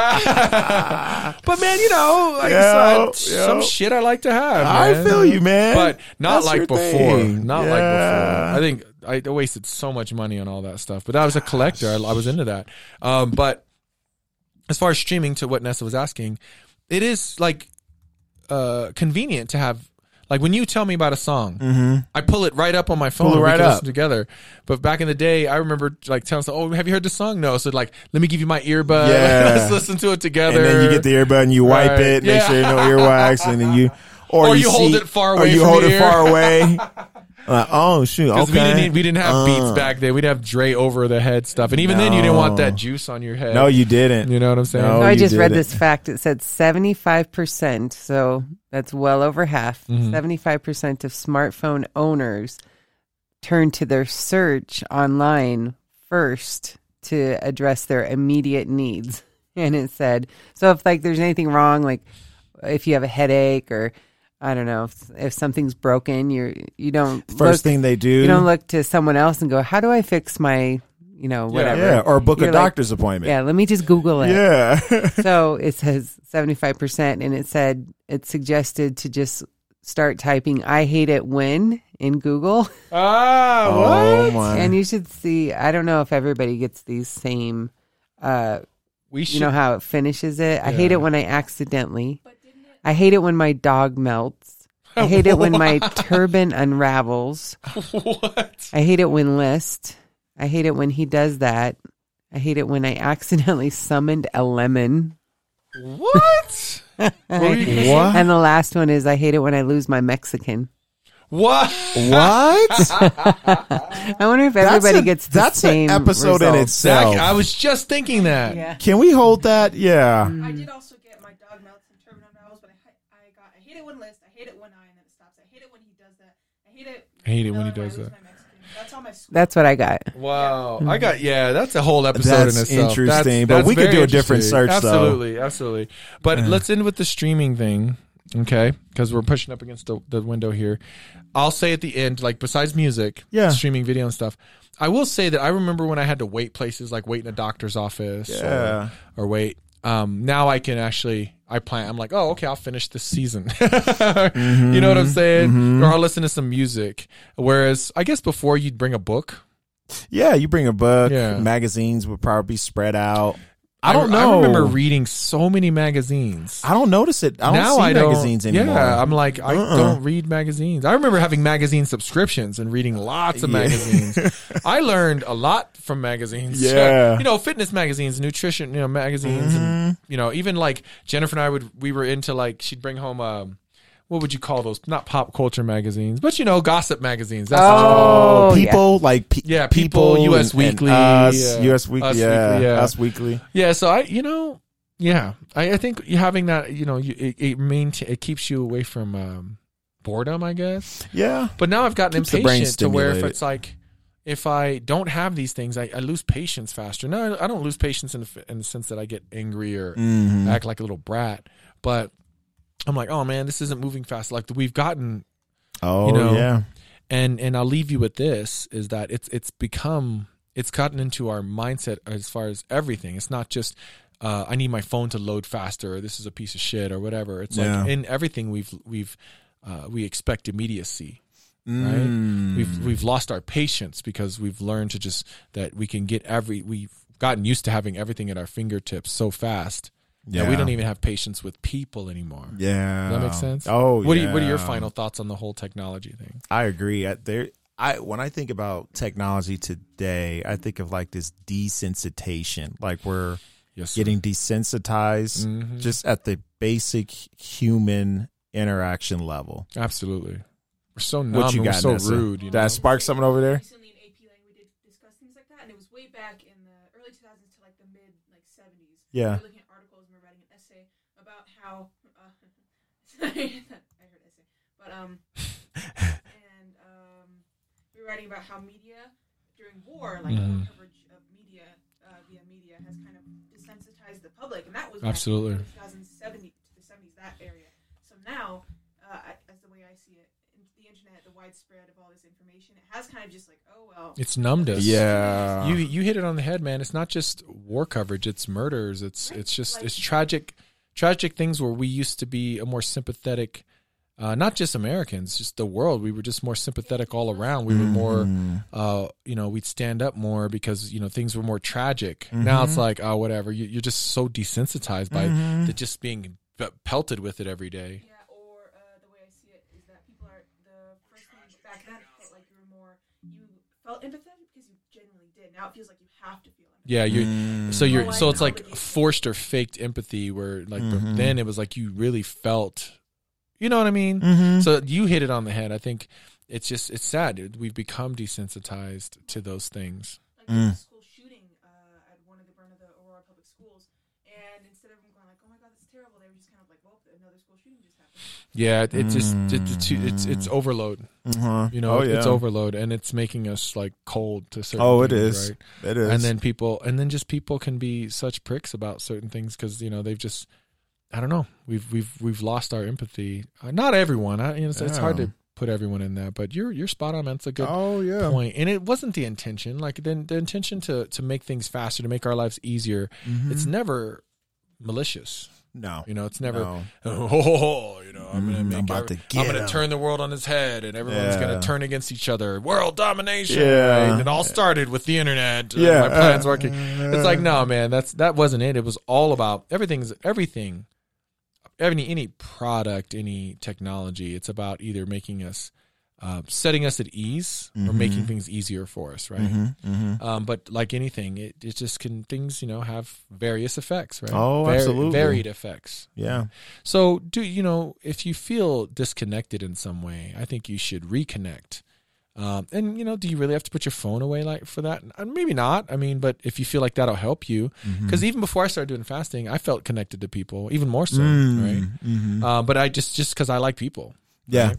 [SPEAKER 2] Okay.
[SPEAKER 1] But man, you know, like
[SPEAKER 2] Yeah,
[SPEAKER 1] I said,
[SPEAKER 2] yeah.
[SPEAKER 1] some shit I like to have.
[SPEAKER 2] I
[SPEAKER 1] man.
[SPEAKER 2] feel you, man.
[SPEAKER 1] But not
[SPEAKER 2] That's
[SPEAKER 1] like
[SPEAKER 2] your
[SPEAKER 1] before.
[SPEAKER 2] thing.
[SPEAKER 1] Not
[SPEAKER 2] Yeah.
[SPEAKER 1] like before. I think I wasted so much money on all that stuff. But I was a collector. I, I was into that. Um, but as far as streaming, to what Nessa was asking, it is like uh, convenient to have. Like when you tell me about a song, I pull it right up on my phone.
[SPEAKER 2] Mm-hmm. Pull it
[SPEAKER 1] and we
[SPEAKER 2] right
[SPEAKER 1] can listen
[SPEAKER 2] up.
[SPEAKER 1] together. But back in the day, I remember like telling, someone, "Oh, have you heard this song?" No. So like, let me give you my earbud.
[SPEAKER 2] Yeah.
[SPEAKER 1] Let's listen to it together.
[SPEAKER 2] and then you get the earbud and you wipe
[SPEAKER 1] Right.
[SPEAKER 2] it,
[SPEAKER 1] Yeah.
[SPEAKER 2] make sure you no earwax, and then you or,
[SPEAKER 1] Or you hold
[SPEAKER 2] see-
[SPEAKER 1] it far
[SPEAKER 2] or
[SPEAKER 1] away
[SPEAKER 2] you
[SPEAKER 1] from
[SPEAKER 2] hold
[SPEAKER 1] your
[SPEAKER 2] it
[SPEAKER 1] ear.
[SPEAKER 2] far away. like, oh shoot, okay.
[SPEAKER 1] Because we didn't e, we didn't have beats
[SPEAKER 2] Uh,
[SPEAKER 1] back then. We'd have Dre over the head stuff, and even then you didn't want
[SPEAKER 2] No.
[SPEAKER 1] that juice on your head.
[SPEAKER 2] No, you didn't.
[SPEAKER 1] you know what I'm saying.
[SPEAKER 2] No. Oh,
[SPEAKER 3] I
[SPEAKER 2] you
[SPEAKER 3] just
[SPEAKER 2] did
[SPEAKER 3] read
[SPEAKER 2] it.
[SPEAKER 3] this fact. It said 75%, so that's well over half.
[SPEAKER 2] Mm-hmm.
[SPEAKER 3] 75% of smartphone owners turn to their search online first to address their immediate needs. And it said, so if like there's anything wrong, like if you have a headache or I don't know if, if something's broken, you you don't
[SPEAKER 2] First
[SPEAKER 3] look,
[SPEAKER 2] thing they do,
[SPEAKER 3] you don't look to someone else and go, "How do I fix my you know whatever?"
[SPEAKER 2] yeah, or book a
[SPEAKER 3] You're like-
[SPEAKER 2] doctor's appointment.
[SPEAKER 3] Yeah, let me just Google it.
[SPEAKER 2] Yeah,
[SPEAKER 3] So it says 75%, and it said it suggested to just start typing I hate it when in Google.
[SPEAKER 1] Ah, what?
[SPEAKER 2] oh my.
[SPEAKER 3] And you should see, I don't know if everybody gets these same, uh,
[SPEAKER 1] we
[SPEAKER 3] you
[SPEAKER 1] should.
[SPEAKER 3] know, how it finishes it. I hate
[SPEAKER 1] Yeah.
[SPEAKER 3] it when I accidentally, I hate it when my dog melts. I hate it when my turban unravels.
[SPEAKER 1] what?
[SPEAKER 3] I hate it when list. I hate it when he does that. I hate it when I accidentally summoned a lemon.
[SPEAKER 1] What? what? were you gonna say?
[SPEAKER 2] What?
[SPEAKER 3] And the last one is I hate it when I lose my Mexican.
[SPEAKER 1] What?
[SPEAKER 2] what?
[SPEAKER 3] I wonder if everybody
[SPEAKER 2] a-
[SPEAKER 3] gets the
[SPEAKER 2] that's an
[SPEAKER 3] same
[SPEAKER 2] episode in
[SPEAKER 3] result.
[SPEAKER 2] itself.
[SPEAKER 1] I was just thinking that.
[SPEAKER 3] Yeah.
[SPEAKER 2] Can we hold that? Yeah.
[SPEAKER 3] Mm.
[SPEAKER 1] Mm-hmm.
[SPEAKER 4] I did also get my dog melts and turbine unravels, but I, hi- I got I hate it when list, I hate it when I, and then it stops. I hate it when he does that. I hate it.
[SPEAKER 1] I hate it when he
[SPEAKER 4] I
[SPEAKER 1] does
[SPEAKER 4] lose
[SPEAKER 1] that.
[SPEAKER 4] my Mexican. That's all my school.
[SPEAKER 3] That's what I got.
[SPEAKER 1] Wow, I got yeah. That's a whole episode
[SPEAKER 2] Mm-hmm. That's
[SPEAKER 1] in itself.
[SPEAKER 2] interesting, but we could
[SPEAKER 1] very
[SPEAKER 2] do a different
[SPEAKER 1] interesting.
[SPEAKER 2] search, though.
[SPEAKER 1] Absolutely, absolutely. But let's end with the streaming thing, okay? Because we're pushing up against the, the window here. I'll say at the end, like besides music,
[SPEAKER 2] Yeah.
[SPEAKER 1] streaming video and stuff. I will say that I remember when I had to wait places, like wait in a doctor's office, or-
[SPEAKER 2] Yeah.
[SPEAKER 1] or, wait. Um, now I can actually, I plan. I'm like, oh, okay, I'll finish this season. You know
[SPEAKER 2] Mm-hmm.
[SPEAKER 1] what I'm saying? Or I'll listen to some music. Whereas, I guess before you'd bring a book.
[SPEAKER 2] Yeah, you bring a book.
[SPEAKER 1] Yeah.
[SPEAKER 2] Magazines would probably be spread out. I don't
[SPEAKER 1] I
[SPEAKER 2] know.
[SPEAKER 1] remember reading so many magazines.
[SPEAKER 2] I don't notice it. I don't see magazines anymore.
[SPEAKER 1] Yeah, I'm like I
[SPEAKER 2] Uh-uh.
[SPEAKER 1] don't read magazines. I remember having magazine subscriptions and reading lots of
[SPEAKER 2] Yeah.
[SPEAKER 1] magazines. I learned a lot from magazines.
[SPEAKER 2] Yeah. Mm-hmm.
[SPEAKER 1] you know, fitness magazines, nutrition, you know, magazines, and you know, even like Jennifer and I would we were into like she'd bring home um, what would you call those? Not pop culture magazines, but you know, gossip magazines. That's
[SPEAKER 3] Oh, yeah.
[SPEAKER 2] people like pe-
[SPEAKER 1] Yeah, People, US
[SPEAKER 2] and- and
[SPEAKER 1] Weekly,
[SPEAKER 2] us,
[SPEAKER 1] yeah.
[SPEAKER 2] US Weekly,
[SPEAKER 1] Us
[SPEAKER 2] yeah,
[SPEAKER 1] Weekly, yeah.
[SPEAKER 2] Us Weekly.
[SPEAKER 1] Yeah, so I, you know, yeah, I, I think having that, you know, you, it it, maintain, it keeps you away from um, boredom, I guess.
[SPEAKER 2] Yeah,
[SPEAKER 1] But now I've gotten
[SPEAKER 2] Keeps the brain
[SPEAKER 1] impatient to where if
[SPEAKER 2] stimulated.
[SPEAKER 1] it's like, if I don't have these things, I, I lose patience faster. No, I don't lose patience in the, f- in the sense that I get angry or
[SPEAKER 2] Mm-hmm.
[SPEAKER 1] act like a little brat, but I'm like, oh man, this isn't moving fast. Like we've gotten
[SPEAKER 2] oh
[SPEAKER 1] You know,
[SPEAKER 2] yeah,
[SPEAKER 1] and and I'll leave you with this is that it's it's become it's gotten into our mindset as far as everything. It's not just uh, I need my phone to load faster or this is a piece of shit or whatever. It's
[SPEAKER 2] Yeah.
[SPEAKER 1] like in everything we've we've uh, we expect immediacy. Right,
[SPEAKER 2] Mm.
[SPEAKER 1] we've we've lost our patience because we've learned to just that we can get every we've gotten used to having everything at our fingertips so fast yeah. that we
[SPEAKER 2] Yeah.
[SPEAKER 1] don't even have patience with people anymore.
[SPEAKER 2] yeah.
[SPEAKER 1] Does that make sense?
[SPEAKER 2] Oh,
[SPEAKER 1] what are you, what are your
[SPEAKER 2] yeah.
[SPEAKER 1] final thoughts on the whole technology thing?
[SPEAKER 2] I agree. I, there, I when I think about technology today, I think of like this desensitization, like we're
[SPEAKER 1] Yes, sir.
[SPEAKER 2] getting desensitized
[SPEAKER 1] Mm-hmm.
[SPEAKER 2] just at the basic human interaction level.
[SPEAKER 1] Absolutely. We're so numb.
[SPEAKER 2] What you
[SPEAKER 1] and we're
[SPEAKER 2] got?
[SPEAKER 1] so
[SPEAKER 2] Nessa?
[SPEAKER 1] rude. You
[SPEAKER 2] Did I
[SPEAKER 1] know?
[SPEAKER 2] spark someone over there?
[SPEAKER 4] Recently in AP Lang, we did discuss things like that, and it was way back in the early 2000s to like the mid like 70s.
[SPEAKER 2] Yeah.
[SPEAKER 4] We were looking at articles and we were writing an essay about how. Uh, sorry, I heard essay, but um, and um, we were writing about how media during war, like
[SPEAKER 1] Mm-hmm.
[SPEAKER 4] war coverage of media uh, via media, has kind of desensitized the public, and that was back in
[SPEAKER 1] Absolutely.
[SPEAKER 4] 2070 to the 70s, that area. So now, uh, I, as the way I see it, in- the internet, the widespread of all this information, it has kind of just like, oh well,
[SPEAKER 1] It's numbed us.
[SPEAKER 2] Yeah.
[SPEAKER 1] You you hit it on the head, man. It's not just war coverage. It's murders. It's it's just
[SPEAKER 4] Like-
[SPEAKER 1] it's tragic, tragic things where we used to be a more sympathetic. Uh, not just Americans, just the world. We were just more sympathetic all around. We were
[SPEAKER 2] Mm-hmm.
[SPEAKER 1] more, uh, you know, we'd stand up more because you know things were more tragic. Now
[SPEAKER 2] Mm-hmm.
[SPEAKER 1] it's like, oh, whatever. You, you're just so desensitized by the just being p- pelted with it every day.
[SPEAKER 4] yeah, or uh, the way I see it is that people are the first thing back then it felt like you were more you felt empathetic because you genuinely did. Now it feels like you have to feel empathetic.
[SPEAKER 1] Yeah, you're so you're
[SPEAKER 4] Oh, I
[SPEAKER 1] so it's
[SPEAKER 4] know
[SPEAKER 1] like
[SPEAKER 4] what you-
[SPEAKER 1] forced or faked empathy where like b-
[SPEAKER 2] Mm-hmm.
[SPEAKER 1] then it was like you really felt you know what I mean?
[SPEAKER 2] Mm-hmm.
[SPEAKER 1] So you hit it on the head. I think it's just it's sad. dude. We've become desensitized to those things.
[SPEAKER 4] Like there was a school shooting uh, at one of the one of the Aurora public schools, and instead of them going like, oh my god, that's terrible, they were just kind of like, well, another school shooting just happened.
[SPEAKER 1] Yeah, it, it just it, it's too- it's it's overload.
[SPEAKER 2] Uh-huh.
[SPEAKER 1] You know,
[SPEAKER 2] Mm. oh,
[SPEAKER 1] it-
[SPEAKER 2] yeah.
[SPEAKER 1] it's overload and it's making us like cold to certain
[SPEAKER 2] Oh, it
[SPEAKER 1] things,
[SPEAKER 2] is.
[SPEAKER 1] right?
[SPEAKER 2] It is.
[SPEAKER 1] and then people and then just people can be such pricks about certain things because you know they've just I don't know. We've we've we've lost our empathy. Uh, not everyone. I, you know, it's, it's hard
[SPEAKER 2] Yeah.
[SPEAKER 1] to put everyone in that, but you're you're spot on. man. It's a good
[SPEAKER 2] Oh yeah.
[SPEAKER 1] point. And it wasn't the intention. Like the the intention to to make things faster, to make our lives easier.
[SPEAKER 2] Mm-hmm.
[SPEAKER 1] It's never malicious.
[SPEAKER 2] No.
[SPEAKER 1] You know, it's never.
[SPEAKER 2] No.
[SPEAKER 1] Oh, ho, ho, ho, you know, I'm
[SPEAKER 2] Mm,
[SPEAKER 1] gonna
[SPEAKER 2] I'm
[SPEAKER 1] make.
[SPEAKER 2] about
[SPEAKER 1] every-
[SPEAKER 2] to
[SPEAKER 1] I'm
[SPEAKER 2] get
[SPEAKER 1] gonna
[SPEAKER 2] 'em.
[SPEAKER 1] turn the world on its head, and everyone's
[SPEAKER 2] Yeah.
[SPEAKER 1] gonna turn against each other. World domination.
[SPEAKER 2] Yeah.
[SPEAKER 1] right? It all started with the internet. and
[SPEAKER 2] Yeah,
[SPEAKER 1] my plan's
[SPEAKER 2] uh,
[SPEAKER 1] working. it's like no, man. That's that wasn't it. It was all about everything's everything. Any any product, any technology, it's about either making us, uh, setting us at ease, or making things easier for us, right?
[SPEAKER 2] Mm-hmm.
[SPEAKER 1] Um, but like anything, it, it just can things you know have various effects, right?
[SPEAKER 2] Oh, absolutely.
[SPEAKER 1] varied effects.
[SPEAKER 2] Yeah.
[SPEAKER 1] So, do you know if you feel disconnected in some way? I think you should reconnect. Um, and you know, do you really have to put your phone away like for that? Uh, Maybe not. I mean, but if you feel like that'll help you, because even before I started doing fasting, I felt connected to people even more so, right?
[SPEAKER 2] Mm-hmm.
[SPEAKER 1] Uh, but I just just because I like people,
[SPEAKER 2] Yeah.
[SPEAKER 1] Right?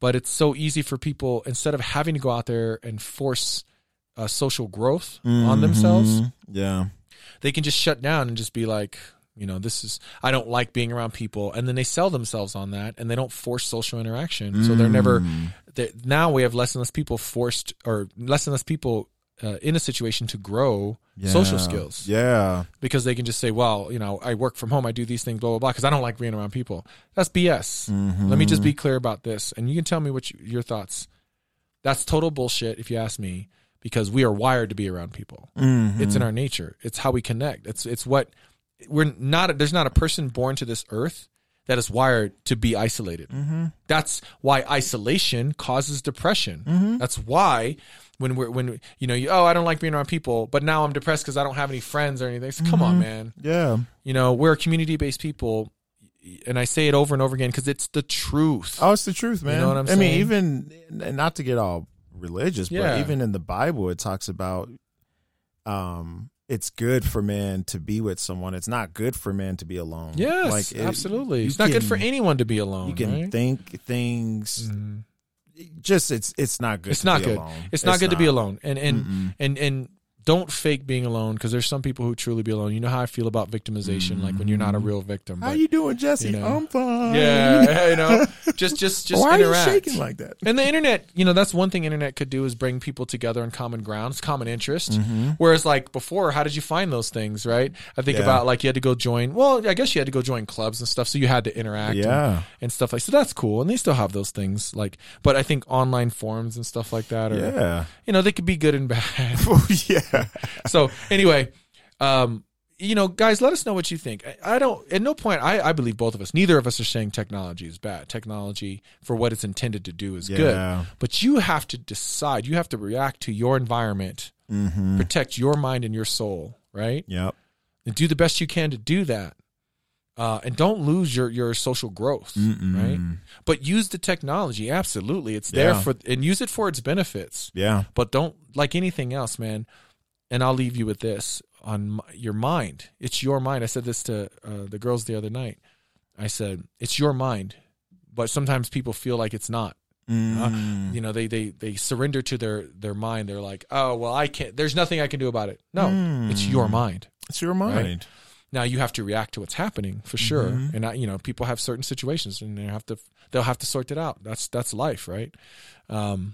[SPEAKER 1] but it's so easy for people instead of having to go out there and force uh, social growth on themselves,
[SPEAKER 2] Mhm. Yeah.
[SPEAKER 1] they can just shut down and just be like you know this is i don't like being around people and then they sell themselves on that and they don't force social interaction so they're never they, now we have less and less people forced or less and less people uh, in a situation to grow
[SPEAKER 2] Yeah.
[SPEAKER 1] social skills
[SPEAKER 2] Yeah.
[SPEAKER 1] because they can just say well you know i work from home i do these things blah blah blah because i don't like being around people that's bs let me just be clear about this and you can tell me what you, your thoughts that's total bullshit if you ask me because we are wired to be around people
[SPEAKER 2] Mhm.
[SPEAKER 1] it's in our nature. It's how we connect. It's it's what we're not. There's not a person born to this earth that is wired to be isolated. That's why isolation causes depression.
[SPEAKER 2] Mm-hmm.
[SPEAKER 1] That's why when we're when you know you, oh I don't like being around people, but now I'm depressed because I don't have any friends or anything. So, Come
[SPEAKER 2] Mm-hmm.
[SPEAKER 1] on, man.
[SPEAKER 2] Yeah.
[SPEAKER 1] You know we're a community based people, and I say it over and over again because it's the truth.
[SPEAKER 2] Oh, it's the truth, man.
[SPEAKER 1] know what I'm
[SPEAKER 2] I mean,
[SPEAKER 1] saying?
[SPEAKER 2] even and not to get all religious,
[SPEAKER 1] Yeah.
[SPEAKER 2] but even in the Bible, it talks about um, it's good for man to be with someone. It's not good for man to be alone.
[SPEAKER 1] yes,
[SPEAKER 2] it-
[SPEAKER 1] absolutely.
[SPEAKER 2] you
[SPEAKER 1] It's not good
[SPEAKER 2] can-
[SPEAKER 1] for anyone to be alone.
[SPEAKER 2] You can
[SPEAKER 1] right?
[SPEAKER 2] think things.
[SPEAKER 1] Mhm.
[SPEAKER 2] Just it's it's not good.
[SPEAKER 1] It's
[SPEAKER 2] to
[SPEAKER 1] not
[SPEAKER 2] be
[SPEAKER 1] good.
[SPEAKER 2] alone.
[SPEAKER 1] It's not good to be alone. And and and and don't fake being alone because there's some people who truly be alone. You know how I feel about victimization, like when you're not a real victim.
[SPEAKER 2] Mm-hmm. How
[SPEAKER 1] but-
[SPEAKER 2] you doing, Jesse?
[SPEAKER 1] you know.
[SPEAKER 2] I'm fine.
[SPEAKER 1] yeah, you know, just just just
[SPEAKER 2] Why
[SPEAKER 1] interact.
[SPEAKER 2] are you shaking like that?
[SPEAKER 1] and the internet, you know, that's one thing internet could do is bring people together on common grounds, common interest. Whereas like before, how did you find those things, right? I think
[SPEAKER 2] Mm-hmm. Yeah.
[SPEAKER 1] about like you had to go join. Well, I guess you had to go join clubs and stuff, so you had to interact. and-
[SPEAKER 2] Yeah.
[SPEAKER 1] And, stuff like so that's cool and they still have those things like but i think online forums and stuff like that are
[SPEAKER 2] Yeah.
[SPEAKER 1] you know they could be good and bad
[SPEAKER 2] Oh yeah.
[SPEAKER 1] so anyway, um, you know, guys, let us know what you think. I, I don't. At no point, I, I believe both of us. Neither of us are saying technology is bad. Technology for what it's intended to do is
[SPEAKER 2] Yeah.
[SPEAKER 1] good. But you have to decide. You have to react to your environment,
[SPEAKER 2] Mm-hmm.
[SPEAKER 1] protect your mind and your soul, right?
[SPEAKER 2] Yep.
[SPEAKER 1] And do the best you can to do that. Uh, and don't lose your, your social growth, right? But use the technology. Absolutely, it's there
[SPEAKER 2] Yeah.
[SPEAKER 1] for and use it for its benefits
[SPEAKER 2] Yeah.
[SPEAKER 1] but don't like anything else man and i'll leave you with this on my, your mind it's your mind i said this to uh, the girls the other night i said it's your mind but sometimes people feel like it's not Uh,
[SPEAKER 2] Mm.
[SPEAKER 1] you know they they they surrender to their their mind they're like oh well i can't there's nothing i can do about it no it's
[SPEAKER 2] Mm.
[SPEAKER 1] your mind
[SPEAKER 2] it's your mind.
[SPEAKER 1] now you have to react to what's happening for sure
[SPEAKER 2] Mm-hmm.
[SPEAKER 1] and I, you know people have certain situations and they have to they'll have to sort it out that's that's life right um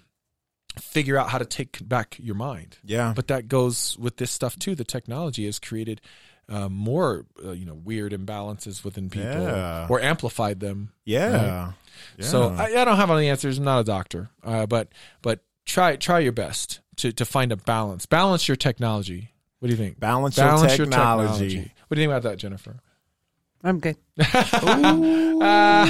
[SPEAKER 1] figure out how to take back your mind
[SPEAKER 2] Yeah.
[SPEAKER 1] but that goes with this stuff too the technology has created uh, more uh, you know weird imbalances within people
[SPEAKER 2] Yeah.
[SPEAKER 1] or amplified them
[SPEAKER 2] yeah.
[SPEAKER 1] so
[SPEAKER 2] Yeah.
[SPEAKER 1] I, I don't have all the answers i'm not a doctor uh, but but try try your best to to find a balance balance your technology what do you think
[SPEAKER 2] Balance your technology.
[SPEAKER 1] what do you think about that jennifer
[SPEAKER 3] I'm good.
[SPEAKER 1] Ah,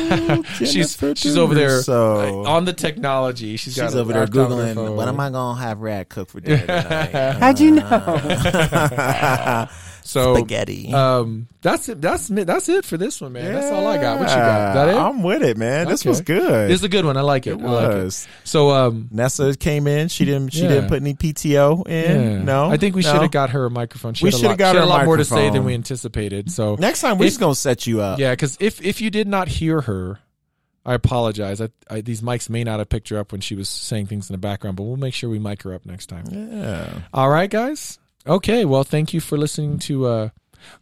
[SPEAKER 1] she's
[SPEAKER 2] Jennifer
[SPEAKER 1] she's over there
[SPEAKER 2] Doudna.
[SPEAKER 1] uh, on the technology. She's, got
[SPEAKER 2] She's
[SPEAKER 1] a
[SPEAKER 2] over there
[SPEAKER 1] laptop on her
[SPEAKER 2] googling.
[SPEAKER 1] phone.
[SPEAKER 2] What am I gonna have Rad cook for dinner tonight?
[SPEAKER 3] How'd you know?
[SPEAKER 1] So
[SPEAKER 2] Spaghetti.
[SPEAKER 1] Um, that's it. That's me- that's it for this one, man. That's all I got. What you got? That it?
[SPEAKER 2] I'm with it, man. This
[SPEAKER 1] Okay.
[SPEAKER 2] was good.
[SPEAKER 1] This is a good one. I like it.
[SPEAKER 2] it
[SPEAKER 1] I like it.
[SPEAKER 2] was.
[SPEAKER 1] So um,
[SPEAKER 2] Nessa came in. She didn't. She
[SPEAKER 1] Yeah.
[SPEAKER 2] didn't put any PTO in.
[SPEAKER 1] yeah.
[SPEAKER 2] No,
[SPEAKER 1] I think we
[SPEAKER 2] no.
[SPEAKER 1] should have got her a microphone. She
[SPEAKER 2] We
[SPEAKER 1] had a
[SPEAKER 2] should have
[SPEAKER 1] lot,
[SPEAKER 2] got
[SPEAKER 1] she had a
[SPEAKER 2] her a
[SPEAKER 1] lot more to say than
[SPEAKER 2] microphone.
[SPEAKER 1] we anticipated. So
[SPEAKER 2] Next time we're
[SPEAKER 1] If-
[SPEAKER 2] just gonna set you up.
[SPEAKER 1] yeah, because if if you did not hear her. I apologize. I, I, these mics may not have picked her up when she was saying things in the background, but we'll make sure we mic her up next time.
[SPEAKER 2] Yeah.
[SPEAKER 1] All right, guys. Okay. Well, thank you for listening to uh,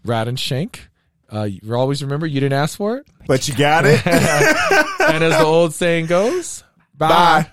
[SPEAKER 1] Rad and Shank. Uh, you always remember you didn't ask for it.
[SPEAKER 2] But you got it.
[SPEAKER 1] And as the old saying goes,
[SPEAKER 2] Bye.